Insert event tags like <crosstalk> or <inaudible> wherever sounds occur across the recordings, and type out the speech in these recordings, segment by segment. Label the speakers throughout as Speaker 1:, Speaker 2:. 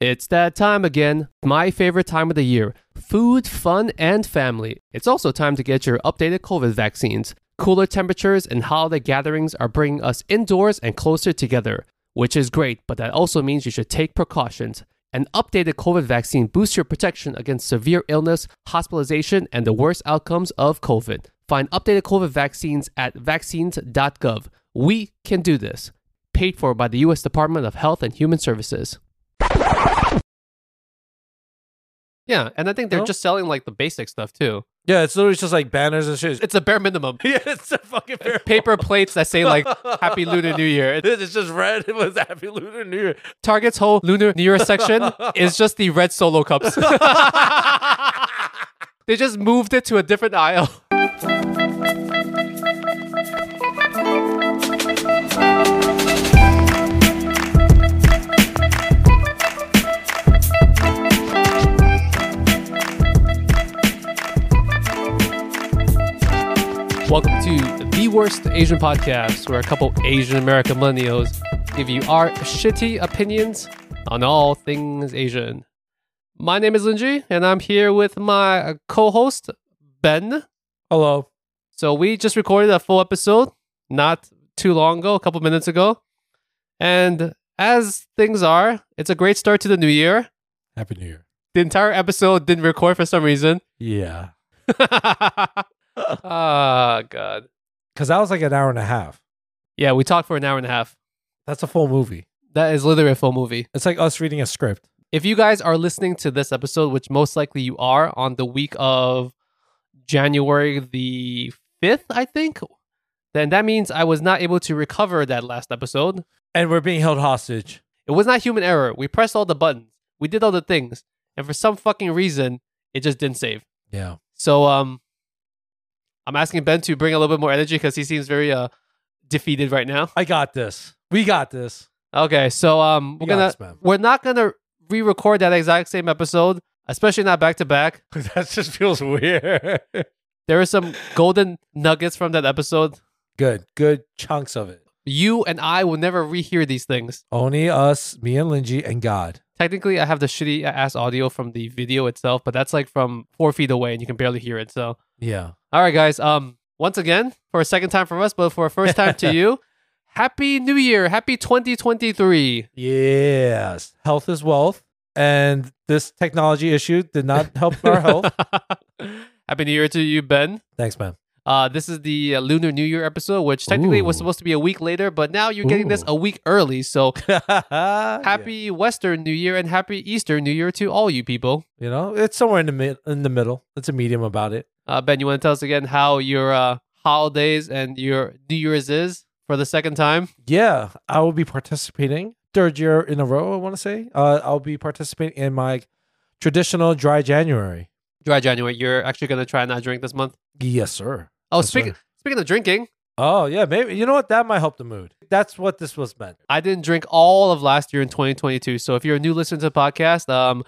Speaker 1: It's that time again, my favorite time of the year food, fun, and family. It's also time to get your updated COVID vaccines. Cooler temperatures and holiday gatherings are bringing us indoors and closer together, which is great, but that also means you should take precautions. An updated COVID vaccine boosts your protection against severe illness, hospitalization, and the worst outcomes of COVID. Find updated COVID vaccines at vaccines.gov. We can do this. Paid for by the U.S. Department of Health and Human Services. Yeah, and I think they're
Speaker 2: No?
Speaker 1: just selling like the basic stuff too.
Speaker 2: Yeah, it's literally just like banners and <laughs> shit.
Speaker 1: It's a bare minimum.
Speaker 2: yeah, it's a fucking fair
Speaker 1: Paper plates that say like Happy Lunar New Year. It's-
Speaker 2: It's just red with Happy Lunar New <laughs> Year.
Speaker 1: Target's whole Lunar New Year section is just the red solo cups. they just moved it to a different aisle. <laughs> Welcome to the worst Asian podcast, where a couple Asian American millennials give you our shitty opinions on all things Asian. My name is Linji, and I'm here with my co-host Ben.
Speaker 2: Hello.
Speaker 1: So we just recorded a full episode not too long ago, a couple minutes ago, and as things are, it's a great start to the new year.
Speaker 2: Happy New Year.
Speaker 1: The entire episode didn't record for some reason. <laughs>
Speaker 2: Yeah.
Speaker 1: Ah, god.
Speaker 2: Because that was like an hour and a half.
Speaker 1: Yeah, we talked for an hour and a half.
Speaker 2: That's a full movie.
Speaker 1: That is literally a full movie.
Speaker 2: It's like us reading a script.
Speaker 1: If you guys are listening to this episode, which most likely you are on the week of January the 5th, I think, then that means I was not able to recover that last episode.
Speaker 2: And we're being held hostage.
Speaker 1: It was not human error. We pressed all the buttons, we did all the things, and for some fucking reason, it just didn't save.
Speaker 2: Yeah.
Speaker 1: So, um, I'm asking Ben to bring a little bit more energy because he seems very uh defeated right now.
Speaker 2: I got this. We got this.
Speaker 1: Okay, so um,
Speaker 2: We
Speaker 1: we're
Speaker 2: got
Speaker 1: gonna
Speaker 2: this, man.
Speaker 1: we're not gonna re-record that exact same episode, especially not back to back.
Speaker 2: <laughs> that just feels weird.
Speaker 1: There are some golden nuggets from that episode.
Speaker 2: Good. Good chunks of it.
Speaker 1: You and I will never rehear these things.
Speaker 2: Only us, me and Linji, and God.
Speaker 1: Technically, I have the shitty ass audio from the video itself, but that's like from four feet away and you can barely hear it. So,
Speaker 2: Yeah.
Speaker 1: all right, guys. Um, once again, for a second time from us, but for a first time
Speaker 2: <laughs>
Speaker 1: to you, Happy New Year, Happy
Speaker 2: <laughs>
Speaker 1: 2023.
Speaker 2: Yes. Health is wealth. And this technology issue did <laughs> not help our health.
Speaker 1: Happy New Year to you, Ben.
Speaker 2: Thanks, <laughs> man.
Speaker 1: Uh, this is the uh, Lunar New Year episode, which technically was
Speaker 2: Ooh.
Speaker 1: supposed to be a week later, but now you're getting this
Speaker 2: Ooh.
Speaker 1: a week early. So,
Speaker 2: Happy.
Speaker 1: happy Western New Year and happy Eastern New Year to all you people.
Speaker 2: You know, it's somewhere in the mid- in the middle. It's a medium about it.
Speaker 1: Uh, ben, you want to tell us again how your uh, holidays and your New Year's is for the second time?
Speaker 2: Yeah, I will be participating third year in a row. I want to say uh, I'll be participating in my traditional dry January.
Speaker 1: Dry January. You're actually going to try and not drink this month.
Speaker 2: Yes, sir.
Speaker 1: Oh,
Speaker 2: Yes,
Speaker 1: speaking
Speaker 2: sir.
Speaker 1: speaking of drinking,
Speaker 2: Oh yeah, maybe you know what that might help the mood. That's what this was meant.
Speaker 1: I didn't drink all of last year in 2022. So if you're a new listener to the podcast, um,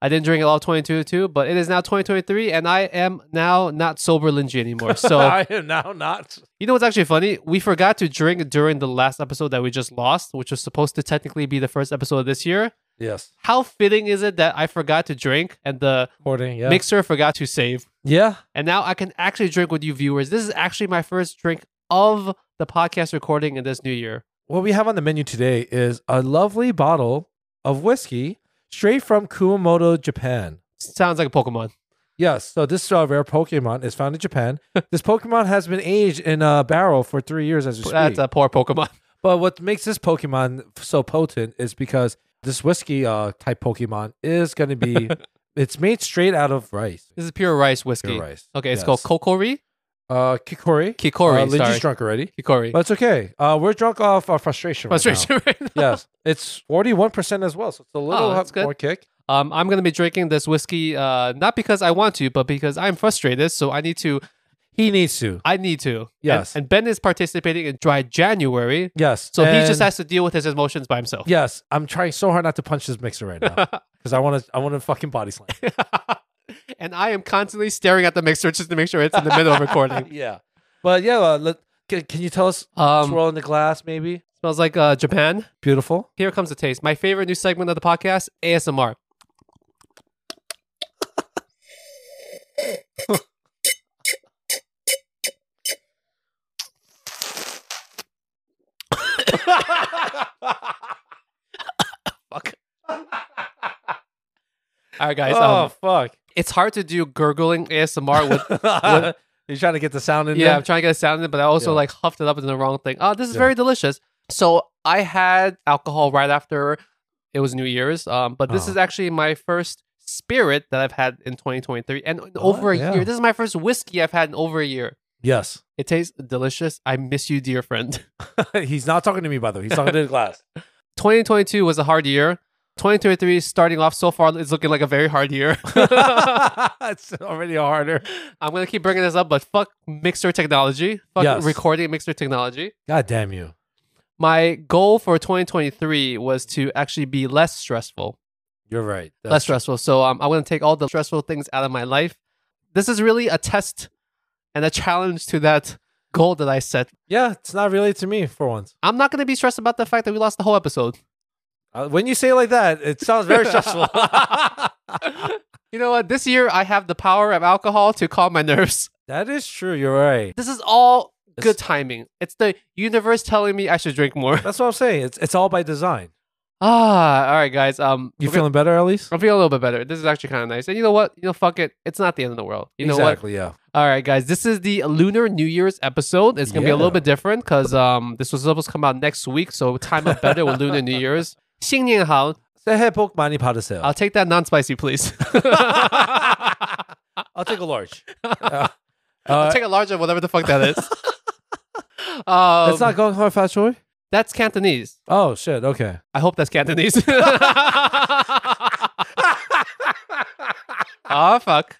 Speaker 1: I didn't drink a lot of 22 too, but it is now 2023, and I am now not sober Linji anymore. So
Speaker 2: <laughs> I am now not.
Speaker 1: you know what's actually funny? We forgot to drink during the last episode that we just lost, which was supposed to technically be the first episode of this year.
Speaker 2: Yes,
Speaker 1: how fitting is it that I forgot to drink and the
Speaker 2: hoarding. Yeah,
Speaker 1: mixer forgot to save?
Speaker 2: yeah.
Speaker 1: And now I can actually drink with you viewers. This is actually my first drink of the podcast recording in this new year.
Speaker 2: What we have on the menu today is a lovely bottle of whiskey straight from Kumamoto, Japan.
Speaker 1: Sounds like a Pokemon.
Speaker 2: Yes, so this uh, rare Pokemon is found in
Speaker 1: <laughs>
Speaker 2: Japan. this Pokemon has been aged in a barrel for three years as we speak.
Speaker 1: That's a poor Pokemon. <laughs>
Speaker 2: but what makes this Pokemon so potent is because this whiskey uh, type Pokemon is going to
Speaker 1: <laughs>
Speaker 2: be. it's made straight out of rice.
Speaker 1: This is pure rice whiskey.
Speaker 2: Pure rice.
Speaker 1: Okay, it's
Speaker 2: Yes.
Speaker 1: called Kokori.
Speaker 2: uh, Kikori.
Speaker 1: Kikori,
Speaker 2: Uh, Linji's
Speaker 1: sorry.
Speaker 2: drunk already,
Speaker 1: Kikori.
Speaker 2: but it's okay. Uh, we're drunk off our frustration. right now.
Speaker 1: Frustration right <laughs> now.
Speaker 2: yes, it's forty-one percent as well, so it's a little
Speaker 1: Oh, that's
Speaker 2: h-
Speaker 1: good.
Speaker 2: more kick.
Speaker 1: Um, I'm going to be drinking this whiskey uh, not because I want to, but because I'm frustrated. So I need to.
Speaker 2: He needs to.
Speaker 1: I need to.
Speaker 2: Yes.
Speaker 1: And, and Ben is participating in Dry January.
Speaker 2: Yes.
Speaker 1: So he just
Speaker 2: and-
Speaker 1: has to deal with his emotions by himself.
Speaker 2: Yes, I'm trying so hard not to punch this mixer
Speaker 1: <laughs>
Speaker 2: right now because I want to. I want to fucking body slam.
Speaker 1: and I am constantly staring at the mixer just to make sure it's in
Speaker 2: <laughs>
Speaker 1: the middle of recording.
Speaker 2: yeah, but yeah, uh, let, can, can you tell us
Speaker 1: Um,
Speaker 2: swirl in the glass maybe?
Speaker 1: Smells like uh, Japan. <laughs>
Speaker 2: Beautiful.
Speaker 1: Here comes the taste. My favorite new segment of the podcast, ASMR. Fuck. All right, guys.
Speaker 2: oh
Speaker 1: Um,
Speaker 2: fuck!
Speaker 1: it's hard to do gurgling ASMR
Speaker 2: <laughs>
Speaker 1: with.
Speaker 2: you trying to get the sound in
Speaker 1: yeah,
Speaker 2: there?
Speaker 1: I'm trying to get a sound in, but I also
Speaker 2: Yeah.
Speaker 1: like huffed it up in the wrong thing. Oh, this is
Speaker 2: Yeah.
Speaker 1: very delicious. So I had alcohol right after it was New Year's, um, but this
Speaker 2: Uh-huh.
Speaker 1: is actually my first spirit that I've had in 2023, and in over a
Speaker 2: Oh, yeah.
Speaker 1: year. This is my first whiskey I've had in over a year.
Speaker 2: Yes. <laughs>
Speaker 1: It tastes delicious. I miss you, dear friend.
Speaker 2: He's not talking to me, by the way. He's talking to the glass.
Speaker 1: <laughs>
Speaker 2: <laughs>
Speaker 1: 2022 was a hard year. 2023 is starting off so far is looking like a very hard year. <laughs>
Speaker 2: it's already harder.
Speaker 1: I'm gonna keep bringing this up, but fuck mixer technology. Fuck
Speaker 2: Yes.
Speaker 1: recording mixer technology.
Speaker 2: God damn you.
Speaker 1: my goal for 2023 was to actually be less stressful
Speaker 2: You're right. That's
Speaker 1: less stressful so um, i'm going to take all the stressful things out of my life this is really a test and a challenge to that goal that i set
Speaker 2: Yeah, it's not really to me for once.
Speaker 1: i'm not going to be stressed about the fact that we lost the whole episode
Speaker 2: Uh, when you say it like that, it sounds
Speaker 1: <laughs>
Speaker 2: very stressful. <laughs>
Speaker 1: you know what this year i have the power of alcohol to calm my nerves
Speaker 2: that is true. You're right.
Speaker 1: this is all
Speaker 2: It's-
Speaker 1: good timing it's the universe telling me i should drink more <laughs>
Speaker 2: That's what I'm saying. It's it's all by design.
Speaker 1: ah all right guys um
Speaker 2: You
Speaker 1: we're gonna-
Speaker 2: feeling better at least?
Speaker 1: i'm feeling a little bit better this is actually kind of nice and you know what you know fuck it it's not the end of the world you know what
Speaker 2: exactly. Yeah.
Speaker 1: All right, guys. This is the Lunar New Year's episode. It's gonna be a little
Speaker 2: Yeah.
Speaker 1: bit different because um, this was supposed to come out next week, so time up better with Lunar New
Speaker 2: <laughs>
Speaker 1: Year's. 新年好.
Speaker 2: Say hey, poke money pot of sale.
Speaker 1: I'll take that non-spicy, please. <laughs>
Speaker 2: I'll take a large. Uh,
Speaker 1: I'll <laughs> take a large of whatever the fuck that
Speaker 2: <laughs>
Speaker 1: is. <laughs> um,
Speaker 2: that's not going hard fast Choi?
Speaker 1: that's Cantonese.
Speaker 2: Oh shit.
Speaker 1: <laughs>
Speaker 2: Okay. <laughs>
Speaker 1: I hope that's Cantonese.
Speaker 2: Ah,
Speaker 1: oh fuck.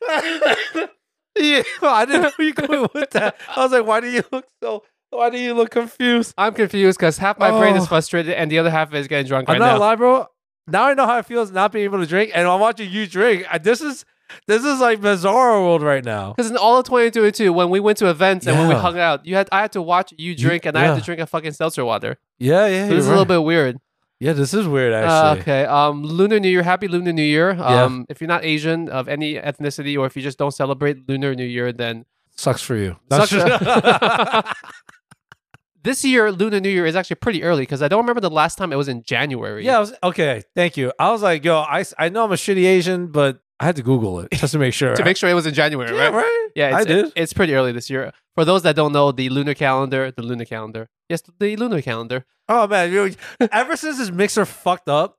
Speaker 2: yeah, I didn't know where you going with that. I was like, why do you look so? Why do you look confused?
Speaker 1: I'm confused because half my brain is
Speaker 2: Oh.
Speaker 1: frustrated and the other half is getting drunk
Speaker 2: I'm
Speaker 1: right
Speaker 2: not
Speaker 1: now.
Speaker 2: lying, bro. Now I know how it feels not being able to drink, and I'm watching you drink. I, this is this is like bizarre world right now.
Speaker 1: Because in all of 2022, when we went to events and when we
Speaker 2: Yeah.
Speaker 1: hung out, you had I had to watch you drink and I had to
Speaker 2: yeah.
Speaker 1: drink a fucking seltzer water.
Speaker 2: Yeah, yeah.
Speaker 1: So this is a little bit weird.
Speaker 2: Yeah, this is weird
Speaker 1: Uh,
Speaker 2: actually.
Speaker 1: okay. Um, Lunar New Year. Happy Lunar New Year.
Speaker 2: Yeah.
Speaker 1: Um, If you're not Asian of any ethnicity or if you just don't celebrate Lunar New Year, then
Speaker 2: Sucks for you. <laughs>
Speaker 1: Sucks- this year Lunar New Year is actually pretty early because I don't remember the last time it was in January.
Speaker 2: yeah. I was, okay. Thank you. I was like, yo, I, s- I know I'm a shitty Asian, but I had to Google it just to make sure.
Speaker 1: <laughs> To make sure it was in January,
Speaker 2: yeah,
Speaker 1: right?
Speaker 2: right.
Speaker 1: Yeah,
Speaker 2: I
Speaker 1: it's,
Speaker 2: did.
Speaker 1: it- it's pretty early this year. For those that don't know, the lunar calendar, the lunar calendar. Yes, the lunar calendar.
Speaker 2: Oh man, you ever since this mixer fucked up,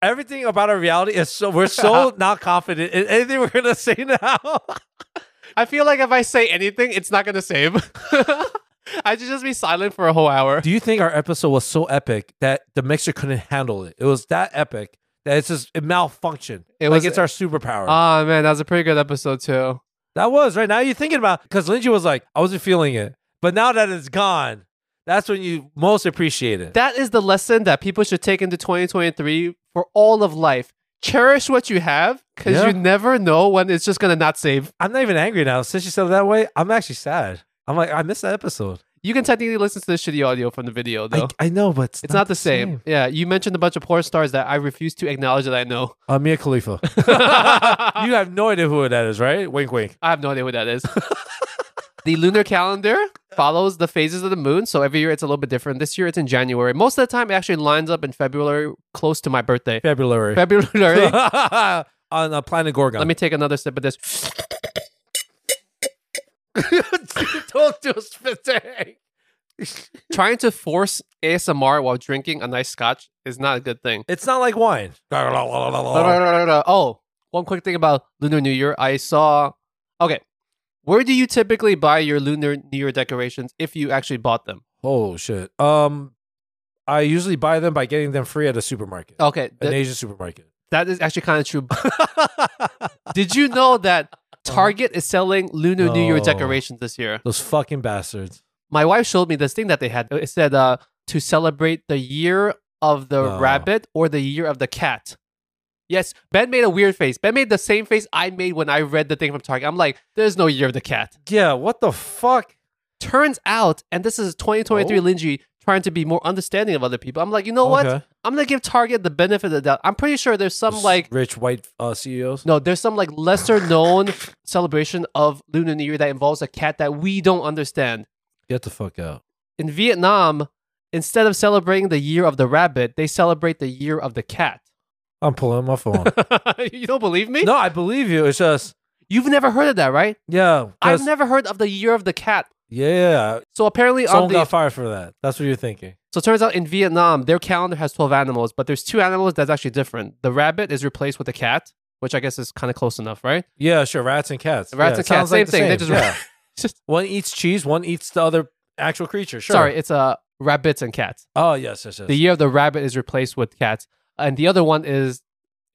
Speaker 2: everything about our reality is so we're
Speaker 1: <laughs>
Speaker 2: so not confident in anything we're gonna say now. <laughs>
Speaker 1: I feel like if I say anything, it's not going to save. <laughs> I should just be silent for a whole hour.
Speaker 2: Do you think our episode was so epic that the mixer couldn't handle it? It was that epic that it's just it malfunctioned.
Speaker 1: It
Speaker 2: like
Speaker 1: was-
Speaker 2: it's our superpower.
Speaker 1: Oh, man, that was a pretty good episode, too.
Speaker 2: that was right now you're thinking about because Lindsay was like, I wasn't feeling it, but now that it's gone, that's when you most appreciate it.
Speaker 1: That is the lesson that people should take into 2023 for all of life. Cherish what you have because
Speaker 2: Yeah.
Speaker 1: you never know when it's just going to not save.
Speaker 2: I'm not even angry now. Since you said it that way, I'm actually sad. I'm like, I missed that episode.
Speaker 1: You can technically listen to the shitty audio from the video, though.
Speaker 2: I, I know, but it's,
Speaker 1: it's not, the same. Yeah, you mentioned a bunch of porn stars that I refuse to acknowledge that I know.
Speaker 2: Uh,
Speaker 1: <laughs>
Speaker 2: Mia Khalifa.
Speaker 1: I
Speaker 2: you have no idea who that is, right? Wink, wink.
Speaker 1: have no idea what that is. <laughs> the lunar calendar follows the phases of the moon, so every year it's a little bit different. This year it's in January. Most of the time, it actually lines up in February, close to my birthday.
Speaker 2: February.
Speaker 1: February.
Speaker 2: <laughs> On uh, Planet Gorgon.
Speaker 1: Let me take another sip of this.
Speaker 2: <laughs> don't do a spit take.
Speaker 1: Trying to force ASMR while drinking a nice scotch is not a good thing.
Speaker 2: It's not like
Speaker 1: <laughs>
Speaker 2: wine.
Speaker 1: Oh, one quick thing about Lunar New Year. I saw. Okay. Where do you typically buy your Lunar New Year decorations if you actually bought them?
Speaker 2: Oh shit. Um, I usually buy them by getting them free at a supermarket,
Speaker 1: Okay. th-
Speaker 2: an Asian supermarket.
Speaker 1: that is actually kind of
Speaker 2: <laughs>
Speaker 1: true. Did you know that
Speaker 2: Uh-huh.
Speaker 1: Target is selling Lunar New Year
Speaker 2: Oh.
Speaker 1: decorations this year?
Speaker 2: Those fucking bastards.
Speaker 1: my wife showed me this thing that they had. It said uh, to celebrate the year of the
Speaker 2: Oh.
Speaker 1: rabbit or the year of the cat. Yes, Ben made a weird face. Ben made the same face I made when I read the thing from Target. I'm like, there's no year of the cat.
Speaker 2: Yeah. What the fuck?
Speaker 1: Turns out, and this is 2023
Speaker 2: Oh.
Speaker 1: Linji, trying to be more understanding of other people. I'm like, you know what?
Speaker 2: Okay.
Speaker 1: I'm gonna give Target the benefit of the doubt. I'm pretty sure there's some like
Speaker 2: rich white uh, CEOs.
Speaker 1: no, there's some like lesser known celebration of Lunar New Year that involves a cat that we don't understand.
Speaker 2: Get the fuck out.
Speaker 1: In Vietnam, instead of celebrating the year of the rabbit, they celebrate the year of the cat. <laughs>
Speaker 2: I'm pulling my phone.
Speaker 1: you don't believe me?
Speaker 2: no, I believe you. It's just
Speaker 1: You've never heard of that, right?
Speaker 2: yeah. 'cause-
Speaker 1: I've never heard of the year of the cat.
Speaker 2: yeah.
Speaker 1: So apparently on
Speaker 2: Someone
Speaker 1: the
Speaker 2: got fired for that. That's what you're thinking.
Speaker 1: So it turns out in Vietnam, their calendar has 12 animals, but there's two animals that's actually different. The rabbit is replaced with a cat, which I guess is kind of close enough, right?
Speaker 2: Yeah, sure. Rats and cats.
Speaker 1: Rats
Speaker 2: Yeah,
Speaker 1: and
Speaker 2: it
Speaker 1: cats,
Speaker 2: sounds
Speaker 1: same
Speaker 2: the
Speaker 1: thing. They just-
Speaker 2: yeah.
Speaker 1: <laughs> Just-
Speaker 2: one eats cheese, one eats the other actual creature. Sure.
Speaker 1: Sorry, it's uh, rabbits and cats.
Speaker 2: Oh yes, yes, yes.
Speaker 1: The year of the rabbit is replaced with cats. And the other one is,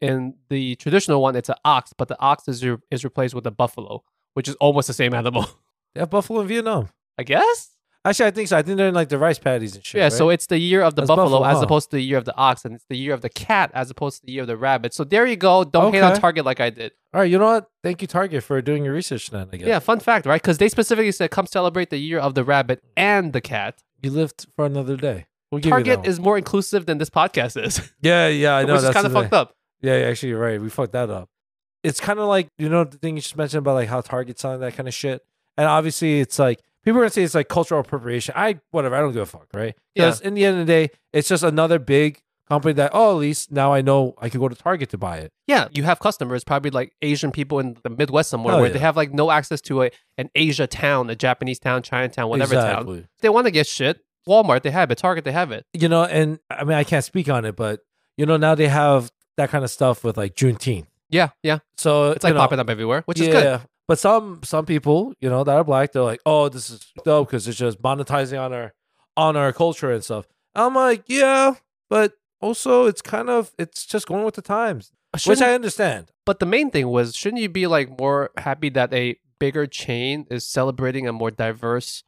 Speaker 1: in the traditional one, it's an ox, but the ox is, re- is replaced with a buffalo, which is almost the same animal, <laughs>
Speaker 2: they have buffalo in Vietnam.
Speaker 1: I guess?
Speaker 2: Actually, I think so. I think they're in like the rice paddies and shit.
Speaker 1: yeah,
Speaker 2: right?
Speaker 1: so it's the year of the
Speaker 2: That's
Speaker 1: buffalo,
Speaker 2: buffalo,
Speaker 1: as
Speaker 2: huh?
Speaker 1: opposed to the year of the ox, and it's the year of the cat as opposed to the year of the rabbit. So there you go. Don't hate on
Speaker 2: Okay.
Speaker 1: Target like I did.
Speaker 2: all right. You know what? Thank you, Target, for doing your research. Then I guess.
Speaker 1: Yeah. fun fact, right? Because they specifically said, "Come celebrate the year of the rabbit and the cat."
Speaker 2: You lived for another day. We'll give you
Speaker 1: Target
Speaker 2: that
Speaker 1: is more inclusive than this podcast is, <laughs>
Speaker 2: Yeah, yeah. I know.
Speaker 1: which is
Speaker 2: that's
Speaker 1: kind of fucked up.
Speaker 2: Yeah, actually, you're right. We fucked that up. It's kind of like you know the thing you just mentioned about like how Target's on that kind of shit, and obviously it's like people are gonna say it's like cultural appropriation. I whatever. I don't give a fuck, right? Because in the end of the day, it's just another big company that oh, at least now I know I can go to Target to buy it.
Speaker 1: Yeah, you have customers, probably like Asian people in the Midwest somewhere,
Speaker 2: Hell
Speaker 1: where they
Speaker 2: Oh, yeah.
Speaker 1: have like no access to a an Asia town, a Japanese town, Chinatown, whatever town.
Speaker 2: exactly.
Speaker 1: If they want to get shit. Walmart, they have it. Target, they have it.
Speaker 2: You know, and I mean I can't speak on it, but you know now they have that kind of stuff with like Juneteenth.
Speaker 1: Yeah, yeah.
Speaker 2: So
Speaker 1: It's like
Speaker 2: you know,
Speaker 1: popping up everywhere, which is good.
Speaker 2: But some some people, you know, that are black, they're like, oh, this is dope because it's just monetizing on our on our culture and stuff. I'm like, yeah, but also it's kind of it's just going with the times,
Speaker 1: Shouldn't-
Speaker 2: which I understand.
Speaker 1: but the main thing was, shouldn't you be like more happy that a bigger chain is celebrating a more diverse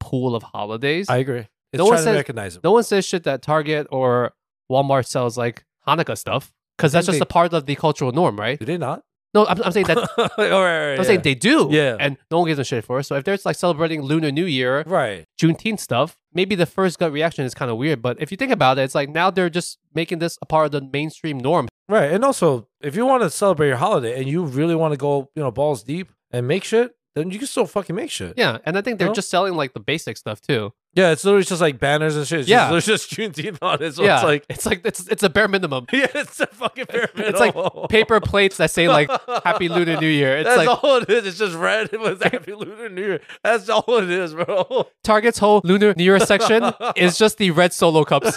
Speaker 1: pool of holidays?
Speaker 2: I agree. It's
Speaker 1: No one
Speaker 2: trying to
Speaker 1: says-
Speaker 2: recognize it.
Speaker 1: No one says shit that Target or Walmart sells like Hanukkah stuff because that's
Speaker 2: Didn't
Speaker 1: just
Speaker 2: they-
Speaker 1: a part of the cultural norm, right?
Speaker 2: Do they not?
Speaker 1: No, I'm, I'm saying that.
Speaker 2: <laughs> All right, all right,
Speaker 1: I'm
Speaker 2: yeah.
Speaker 1: saying they do.
Speaker 2: Yeah.
Speaker 1: And no one gives a shit for it. So if they're just, like celebrating Lunar New Year,
Speaker 2: right.
Speaker 1: Juneteenth stuff, maybe the first gut reaction is kind of weird. But if you think about it, it's like now they're just making this a part of the mainstream norm.
Speaker 2: Right. And also, if you want to celebrate your holiday and you really want to go, you know, balls deep and make shit, then you can still fucking make shit.
Speaker 1: Yeah. And I think they're
Speaker 2: No.
Speaker 1: just selling like the basic stuff too.
Speaker 2: Yeah, it's literally just like banners and shit. It's
Speaker 1: Yeah.
Speaker 2: Just, there's just Juneteenth on it. So
Speaker 1: yeah.
Speaker 2: it's like, <laughs>
Speaker 1: it's like it's it's a bare minimum.
Speaker 2: yeah, it's a fucking pyramid.
Speaker 1: It's
Speaker 2: <laughs>
Speaker 1: like Paper plates that say like Happy Lunar New Year. It's
Speaker 2: That's
Speaker 1: like
Speaker 2: all it is. It's just red <laughs> with Happy Lunar New Year. That's all it is, <laughs> bro.
Speaker 1: Target's whole Lunar New Year
Speaker 2: <laughs>
Speaker 1: section is just the red solo cups.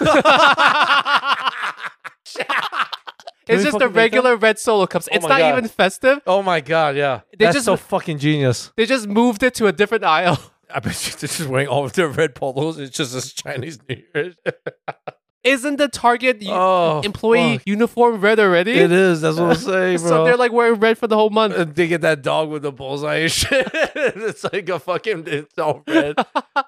Speaker 2: Can
Speaker 1: it's
Speaker 2: we
Speaker 1: just the
Speaker 2: fucking make that?
Speaker 1: regular red solo cups.
Speaker 2: Oh
Speaker 1: it's
Speaker 2: my
Speaker 1: not
Speaker 2: God.
Speaker 1: even festive.
Speaker 2: oh my god, yeah.
Speaker 1: They
Speaker 2: That's
Speaker 1: just-
Speaker 2: so fucking genius.
Speaker 1: They just moved it to a different aisle. <laughs>
Speaker 2: I bet you they're just wearing all of their red polos. It's just this Chinese New Year.
Speaker 1: Isn't the Target u-
Speaker 2: Oh,
Speaker 1: employee
Speaker 2: fuck.
Speaker 1: uniform red already?
Speaker 2: It is. That's <laughs> what I'm saying, bro.
Speaker 1: So they're like wearing red for the whole month.
Speaker 2: And <laughs> they get that dog with the bullseye and shit. <laughs> it's like a fucking it's all red.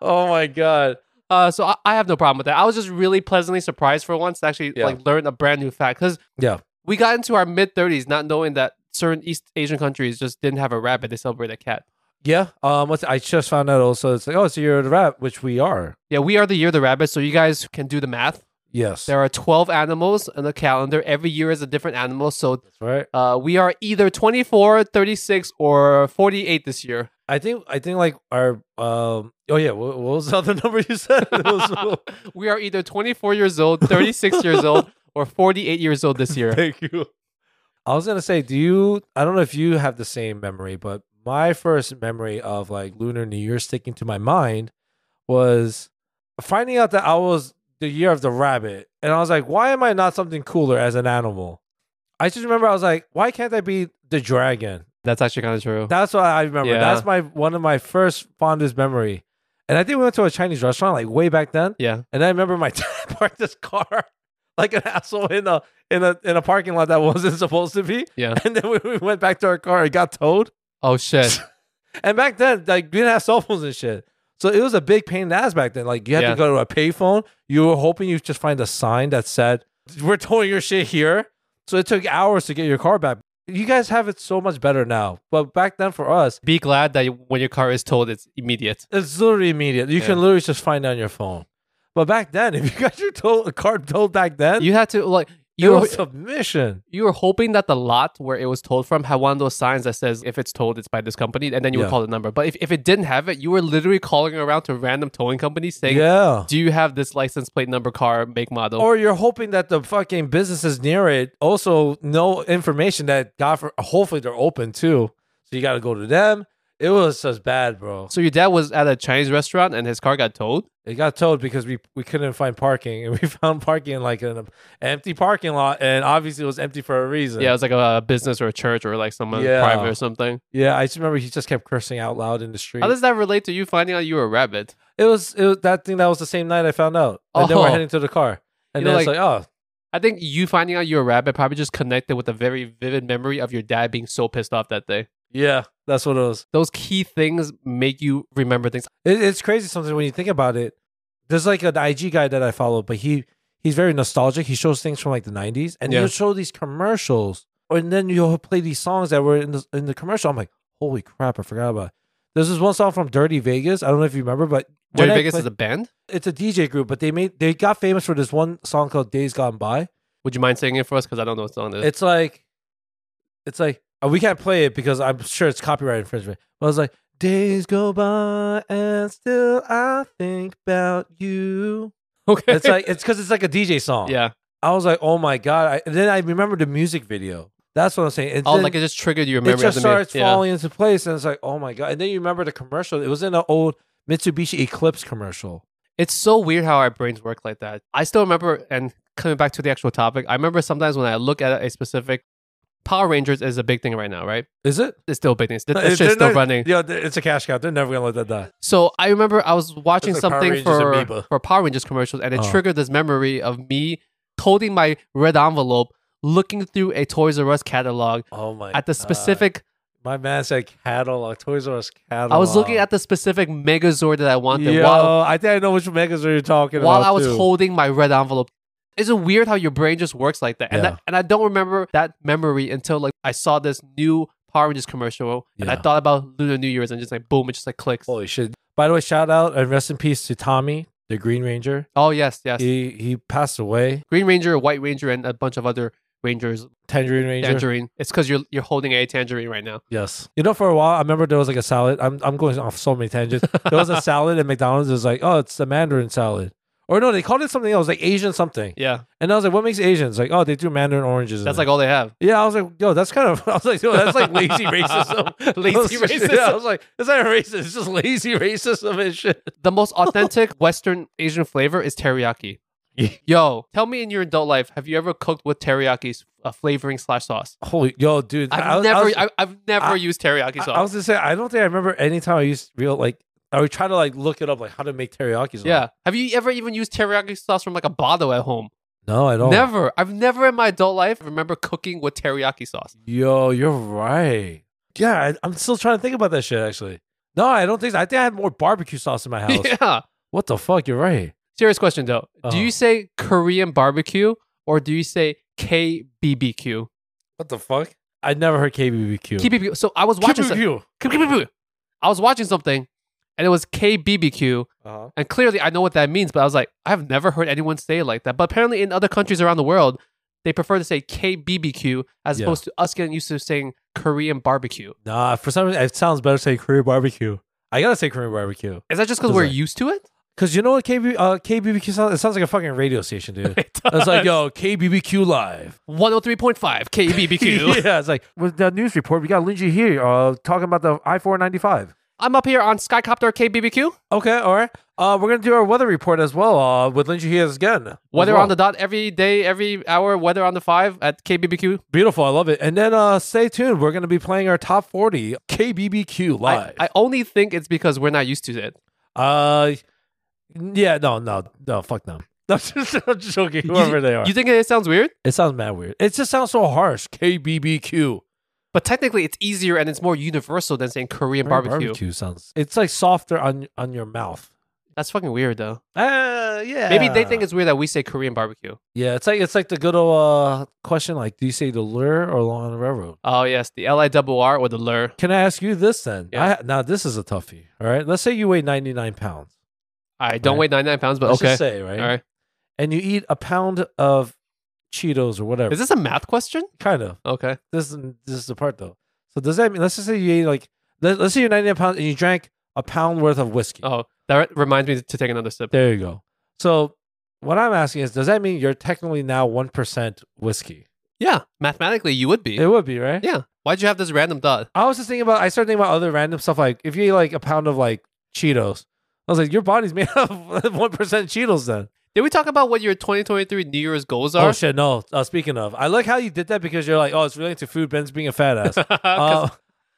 Speaker 2: oh my god.
Speaker 1: Uh, so I, I have no problem with that. I was just really pleasantly surprised for once to actually
Speaker 2: Yeah.
Speaker 1: like learn a brand new fact because
Speaker 2: Yeah.
Speaker 1: we got into our mid thirties not knowing that certain East Asian countries just didn't have a rabbit; they celebrate a cat.
Speaker 2: Yeah. Um what's, I just found out also it's like, oh, it's a year of the rap, which we are.
Speaker 1: Yeah, we are the year of the rabbit, so you guys can do the math.
Speaker 2: Yes.
Speaker 1: There are twelve animals in the calendar. Every year is a different animal, so
Speaker 2: That's right.
Speaker 1: uh, we are either 24, 36, or forty-eight this year.
Speaker 2: I think I think like our um oh yeah, what, what was the other <laughs> number you said? It was-
Speaker 1: We are either twenty-four years old, thirty-six years old, or forty-eight years old this year.
Speaker 2: <laughs> Thank you. I was gonna say, do you I don't know if you have the same memory, but my first memory of like Lunar New Year sticking to my mind was finding out that I was the year of the rabbit. And I was like, why am I not something cooler as an animal? I just remember I was like, why can't I be the dragon?
Speaker 1: That's actually kind of true.
Speaker 2: That's what I remember.
Speaker 1: Yeah.
Speaker 2: That's my one of my first fondest memory. And I think we went to a Chinese restaurant like way back then.
Speaker 1: yeah,
Speaker 2: And I remember my <laughs> dad parked his car like an asshole in a in a in a parking lot that wasn't supposed to be.
Speaker 1: yeah.
Speaker 2: And then when we went back to our car, it got towed.
Speaker 1: Oh
Speaker 2: <laughs>
Speaker 1: shit.
Speaker 2: And back then, like we didn't have cell phones and shit. So it was a big pain in the ass back then. Like you had
Speaker 1: Yeah.
Speaker 2: to go to a payphone. You were hoping you just find a sign that said, We're towing your shit here. So it took hours to get your car back. You guys have it so much better now. But back then for us,
Speaker 1: Be glad that when your car is towed, it's immediate.
Speaker 2: It's literally immediate. You
Speaker 1: Yeah.
Speaker 2: can literally just find it on your phone. But back then, <laughs> if you got your toll, card told back then,
Speaker 1: You had to like
Speaker 2: you
Speaker 1: you were,
Speaker 2: was submission.
Speaker 1: you were hoping that the lot where it was told from had one of those signs that says if it's told it's by this company and then you
Speaker 2: Yeah.
Speaker 1: would call the number. But if, if it didn't have it, you were literally calling around to random towing companies saying,
Speaker 2: Yeah.
Speaker 1: "Do you have this license plate number, car, make, model?"
Speaker 2: Or you're hoping that the fucking businesses near it also know information that God for hopefully they're open too. So you got to go to them. It was just bad, bro.
Speaker 1: so your dad was at a Chinese restaurant and his car got towed.
Speaker 2: It got towed because we we couldn't find parking, <laughs> and we found parking in like an empty parking lot, and obviously it was empty for a reason.
Speaker 1: Yeah, it was like a business or a church or like someone
Speaker 2: Yeah.
Speaker 1: private or something.
Speaker 2: yeah. I just remember he just kept cursing out loud in the street.
Speaker 1: How does that relate to you finding out you were a rabbit?
Speaker 2: It was it was that thing that was the same night I found out. And then we're
Speaker 1: Oh.
Speaker 2: heading to the car. And
Speaker 1: You know,
Speaker 2: then it's like,
Speaker 1: like-
Speaker 2: oh
Speaker 1: I think you finding out you're a rabbit probably just connected with a very vivid memory of your dad being so pissed off that day.
Speaker 2: yeah, that's what it was.
Speaker 1: Those key things make you remember things.
Speaker 2: It, it's crazy sometimes when you think about it. There's like an IG guy that I follow, but he he's very nostalgic. He shows things from like the nineties and
Speaker 1: Yeah.
Speaker 2: he'll show these commercials. Or and then you'll play these songs that were in the in the commercial. I'm like, holy crap, I forgot about it. There's this one song from Dirty Vegas. I don't know if you remember, but when
Speaker 1: Dirty
Speaker 2: I
Speaker 1: Vegas
Speaker 2: play-
Speaker 1: is a band.
Speaker 2: it's a DJ group, but they made they got famous for this one song called Days Gone By.
Speaker 1: Would you mind singing it for us? Because I don't know what song it is.
Speaker 2: It's like, it's like uh, we can't play it because I'm sure it's copyright infringement. But it's like days go by and still I think about you.
Speaker 1: <laughs> okay.
Speaker 2: It's like it's because it's like a DJ
Speaker 1: <laughs>
Speaker 2: song.
Speaker 1: yeah.
Speaker 2: I was like, oh my god. I, and then I remember the music video. That's what I'm saying. And
Speaker 1: Oh,
Speaker 2: then
Speaker 1: like it just triggered your
Speaker 2: it
Speaker 1: memory.
Speaker 2: just
Speaker 1: of the music.
Speaker 2: starts falling into place, and it's like, oh my god. And then you remember the commercial. It was in an old Mitsubishi Eclipse commercial.
Speaker 1: Yeah. It's so weird how our brains work like that. I still remember, and coming back to the actual topic, I remember sometimes when I look at a specific Power Rangers is a big thing right now, right?
Speaker 2: Is it?
Speaker 1: It's still a big thing. It's,
Speaker 2: They're
Speaker 1: it's just still
Speaker 2: not-
Speaker 1: running.
Speaker 2: Yeah, th- it's a cash cow. They're never gonna let that die.
Speaker 1: So I remember I was watching
Speaker 2: It's like Power
Speaker 1: something
Speaker 2: Rangers
Speaker 1: for
Speaker 2: amoeba.
Speaker 1: for Power Rangers commercials, and it
Speaker 2: Oh.
Speaker 1: triggered this memory of me holding my red envelope, looking through a Toys R Us catalog
Speaker 2: Oh my!
Speaker 1: at the
Speaker 2: God.
Speaker 1: specific.
Speaker 2: My man said catalog, Toys R Us catalog.
Speaker 1: I was looking at the specific Megazord that I wanted
Speaker 2: Yo,
Speaker 1: while
Speaker 2: I think I know which megas are you talking
Speaker 1: while
Speaker 2: about.
Speaker 1: I was
Speaker 2: too.
Speaker 1: holding my red envelope. It's weird how your brain just works like that, and
Speaker 2: Yeah.
Speaker 1: that, and I don't remember that memory until like I saw this new Power Rangers commercial, and I
Speaker 2: Yeah.
Speaker 1: thought about Lunar New Year's, and just like boom, it just like clicks.
Speaker 2: Holy shit! By the way, shout out and rest in peace to Tommy, the Green Ranger.
Speaker 1: Oh yes, yes.
Speaker 2: He he passed away.
Speaker 1: Green Ranger, White Ranger, and a bunch of other rangers
Speaker 2: Tangerine Ranger.
Speaker 1: tangerine. It's because you're you're holding a tangerine right now.
Speaker 2: Yes. You know, for a while, I remember there was like a salad. I'm I'm going off so
Speaker 1: <laughs>
Speaker 2: many tangents. There was a salad at McDonald's. It was like, oh, it's the Mandarin salad. Or no, they called it something else, like Asian something.
Speaker 1: Yeah,
Speaker 2: And I was like, what makes Asians? Like, oh, they do Mandarin oranges. in
Speaker 1: that's
Speaker 2: it.
Speaker 1: like all they have.
Speaker 2: Yeah, I was like, yo, that's kind of. <laughs> I was like, yo, that's like
Speaker 1: <laughs>
Speaker 2: lazy racism.
Speaker 1: Lazy racism.
Speaker 2: Yeah, <laughs> I was like, it's not racist. It's just lazy racism and shit.
Speaker 1: The
Speaker 2: <laughs>
Speaker 1: most authentic Western Asian flavor is teriyaki. Yo, tell me in your adult life, have you ever cooked with teriyaki uh, flavoring slash sauce?
Speaker 2: Holy, yo, dude.
Speaker 1: I've
Speaker 2: I was-
Speaker 1: never,
Speaker 2: I was,
Speaker 1: I have never
Speaker 2: I-
Speaker 1: used teriyaki
Speaker 2: I-
Speaker 1: sauce.
Speaker 2: I was gonna say, I don't think I remember any time I used real like. I would try to like look it up, like how to make teriyaki sauce.
Speaker 1: yeah, have you ever even used teriyaki sauce from like a bottle at home?
Speaker 2: No, I don't.
Speaker 1: Never. I've never in my adult life remember cooking with teriyaki sauce.
Speaker 2: Yo, you're right. Yeah, I, I'm still trying to think about that shit. Actually, no, I don't think. so. I think I had more barbecue sauce in
Speaker 1: <laughs>
Speaker 2: my house.
Speaker 1: Yeah.
Speaker 2: What the fuck? You're right.
Speaker 1: Serious question though.
Speaker 2: Uh-huh.
Speaker 1: Do you say Korean barbecue or do you say KBBQ?
Speaker 2: What the fuck? I never heard KBBQ.
Speaker 1: KBBQ. So I was watching. some-
Speaker 2: KBBQ.
Speaker 1: I was watching something and it was KBBQ.
Speaker 2: Uh-huh.
Speaker 1: And clearly I know what that means, but I was like, I've never heard anyone say it like that. But apparently in other countries around the world, they prefer to say KBBQ as
Speaker 2: Yeah.
Speaker 1: opposed to us getting used to saying Korean barbecue.
Speaker 2: Nah, for some reason, it sounds better to say Korean barbecue. I gotta say Korean barbecue.
Speaker 1: Is that just because
Speaker 2: Does
Speaker 1: we're
Speaker 2: that-
Speaker 1: used to it? <laughs>
Speaker 2: Cause you know what KB, uh, KBBQ sounds? It sounds like a fucking radio
Speaker 1: <laughs>
Speaker 2: station, dude.
Speaker 1: It
Speaker 2: It's like, yo, KBBQ live.
Speaker 1: 103.5 KBBQ.
Speaker 2: <laughs> yeah, it's like, with the news report, we got Linji here uh, talking about the I-495.
Speaker 1: I'm up here on Skycopter KBBQ.
Speaker 2: Okay, all right. Uh, we're going to do our weather report as well uh, with Linji here again.
Speaker 1: Weather
Speaker 2: As well.
Speaker 1: on the dot every day, every hour, weather on the five at KBBQ.
Speaker 2: Beautiful, I love it. And then uh, stay tuned. We're going to be playing our top 40 KBBQ
Speaker 1: I,
Speaker 2: live.
Speaker 1: I only think it's because we're not used to it.
Speaker 2: uh, yeah, no, no, no, fuck no. <laughs> No, just, I'm just joking, whoever they are.
Speaker 1: You think it sounds weird?
Speaker 2: It sounds mad weird. It just sounds so harsh. KBBQ.
Speaker 1: But technically, it's easier and it's more universal than saying Korean barbecue.
Speaker 2: sounds. It's like softer on on your mouth.
Speaker 1: That's fucking weird, though.
Speaker 2: Uh, yeah.
Speaker 1: Maybe they think it's weird that we say Korean barbecue.
Speaker 2: Yeah, it's like it's like the good old uh, question. Like, do you say the lure or along the railroad?
Speaker 1: Oh yes, the L I double R or the lur.
Speaker 2: Can I ask you this then?
Speaker 1: Yeah.
Speaker 2: I, now this is a toughie. All right. Let's say you weigh ninety nine pounds.
Speaker 1: I don't
Speaker 2: Right.
Speaker 1: weigh 99 pounds, but
Speaker 2: Let's
Speaker 1: okay.
Speaker 2: just say, right?
Speaker 1: All right.
Speaker 2: And you eat a pound of Cheetos or whatever.
Speaker 1: Is this a math question?
Speaker 2: kind of.
Speaker 1: Okay.
Speaker 2: This is this is the part though. So does that mean? Let's just say you ate like let, us say you're 99 pounds and you drank a pound worth of whiskey.
Speaker 1: Oh, that reminds me to take another sip.
Speaker 2: There you go. So what I'm asking is, does that mean you're technically now one percent whiskey?
Speaker 1: Yeah. Mathematically, you would be.
Speaker 2: It would be right.
Speaker 1: Yeah. Why'd you have this random thought?
Speaker 2: I was just thinking about. I started thinking about other random stuff. Like if you eat like a pound of like Cheetos, I was like, your body's <laughs> made of one percent Cheetos. Then
Speaker 1: Did we talk about what your 2023 New Year's goals are? <laughs>
Speaker 2: oh shit, no. Uh, speaking of, I like how you did that because you're like, oh, it's related to food. Ben's being a fat
Speaker 1: <laughs>
Speaker 2: ass.
Speaker 1: 'Cause,
Speaker 2: Uh,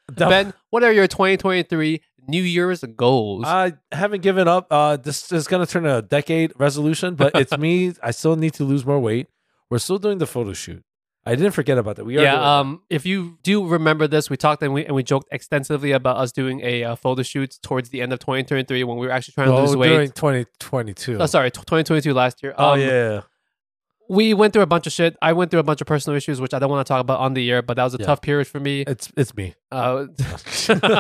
Speaker 2: the-
Speaker 1: ben, what are your 2023 New Year's goals?
Speaker 2: I haven't given up. Uh, this is gonna turn to a decade resolution, but it's
Speaker 1: <laughs>
Speaker 2: me. I still need to lose more weight. We're still doing the photo shoot. I didn't forget about that. We are doing that.
Speaker 1: yeah. Um, if you do remember this, we talked and we and we joked extensively about us doing a uh, photo shoot towards the end of 2023 when we were actually trying to
Speaker 2: Oh,
Speaker 1: lose weight.
Speaker 2: during 2022.
Speaker 1: Oh, sorry, t- 2022 last year.
Speaker 2: oh
Speaker 1: Um,
Speaker 2: yeah,
Speaker 1: We went through a bunch of shit. I went through a bunch of personal issues, which I don't want to talk about on the air, but that was a
Speaker 2: Yeah.
Speaker 1: tough period for me.
Speaker 2: it's it's me.
Speaker 1: Uh, <laughs>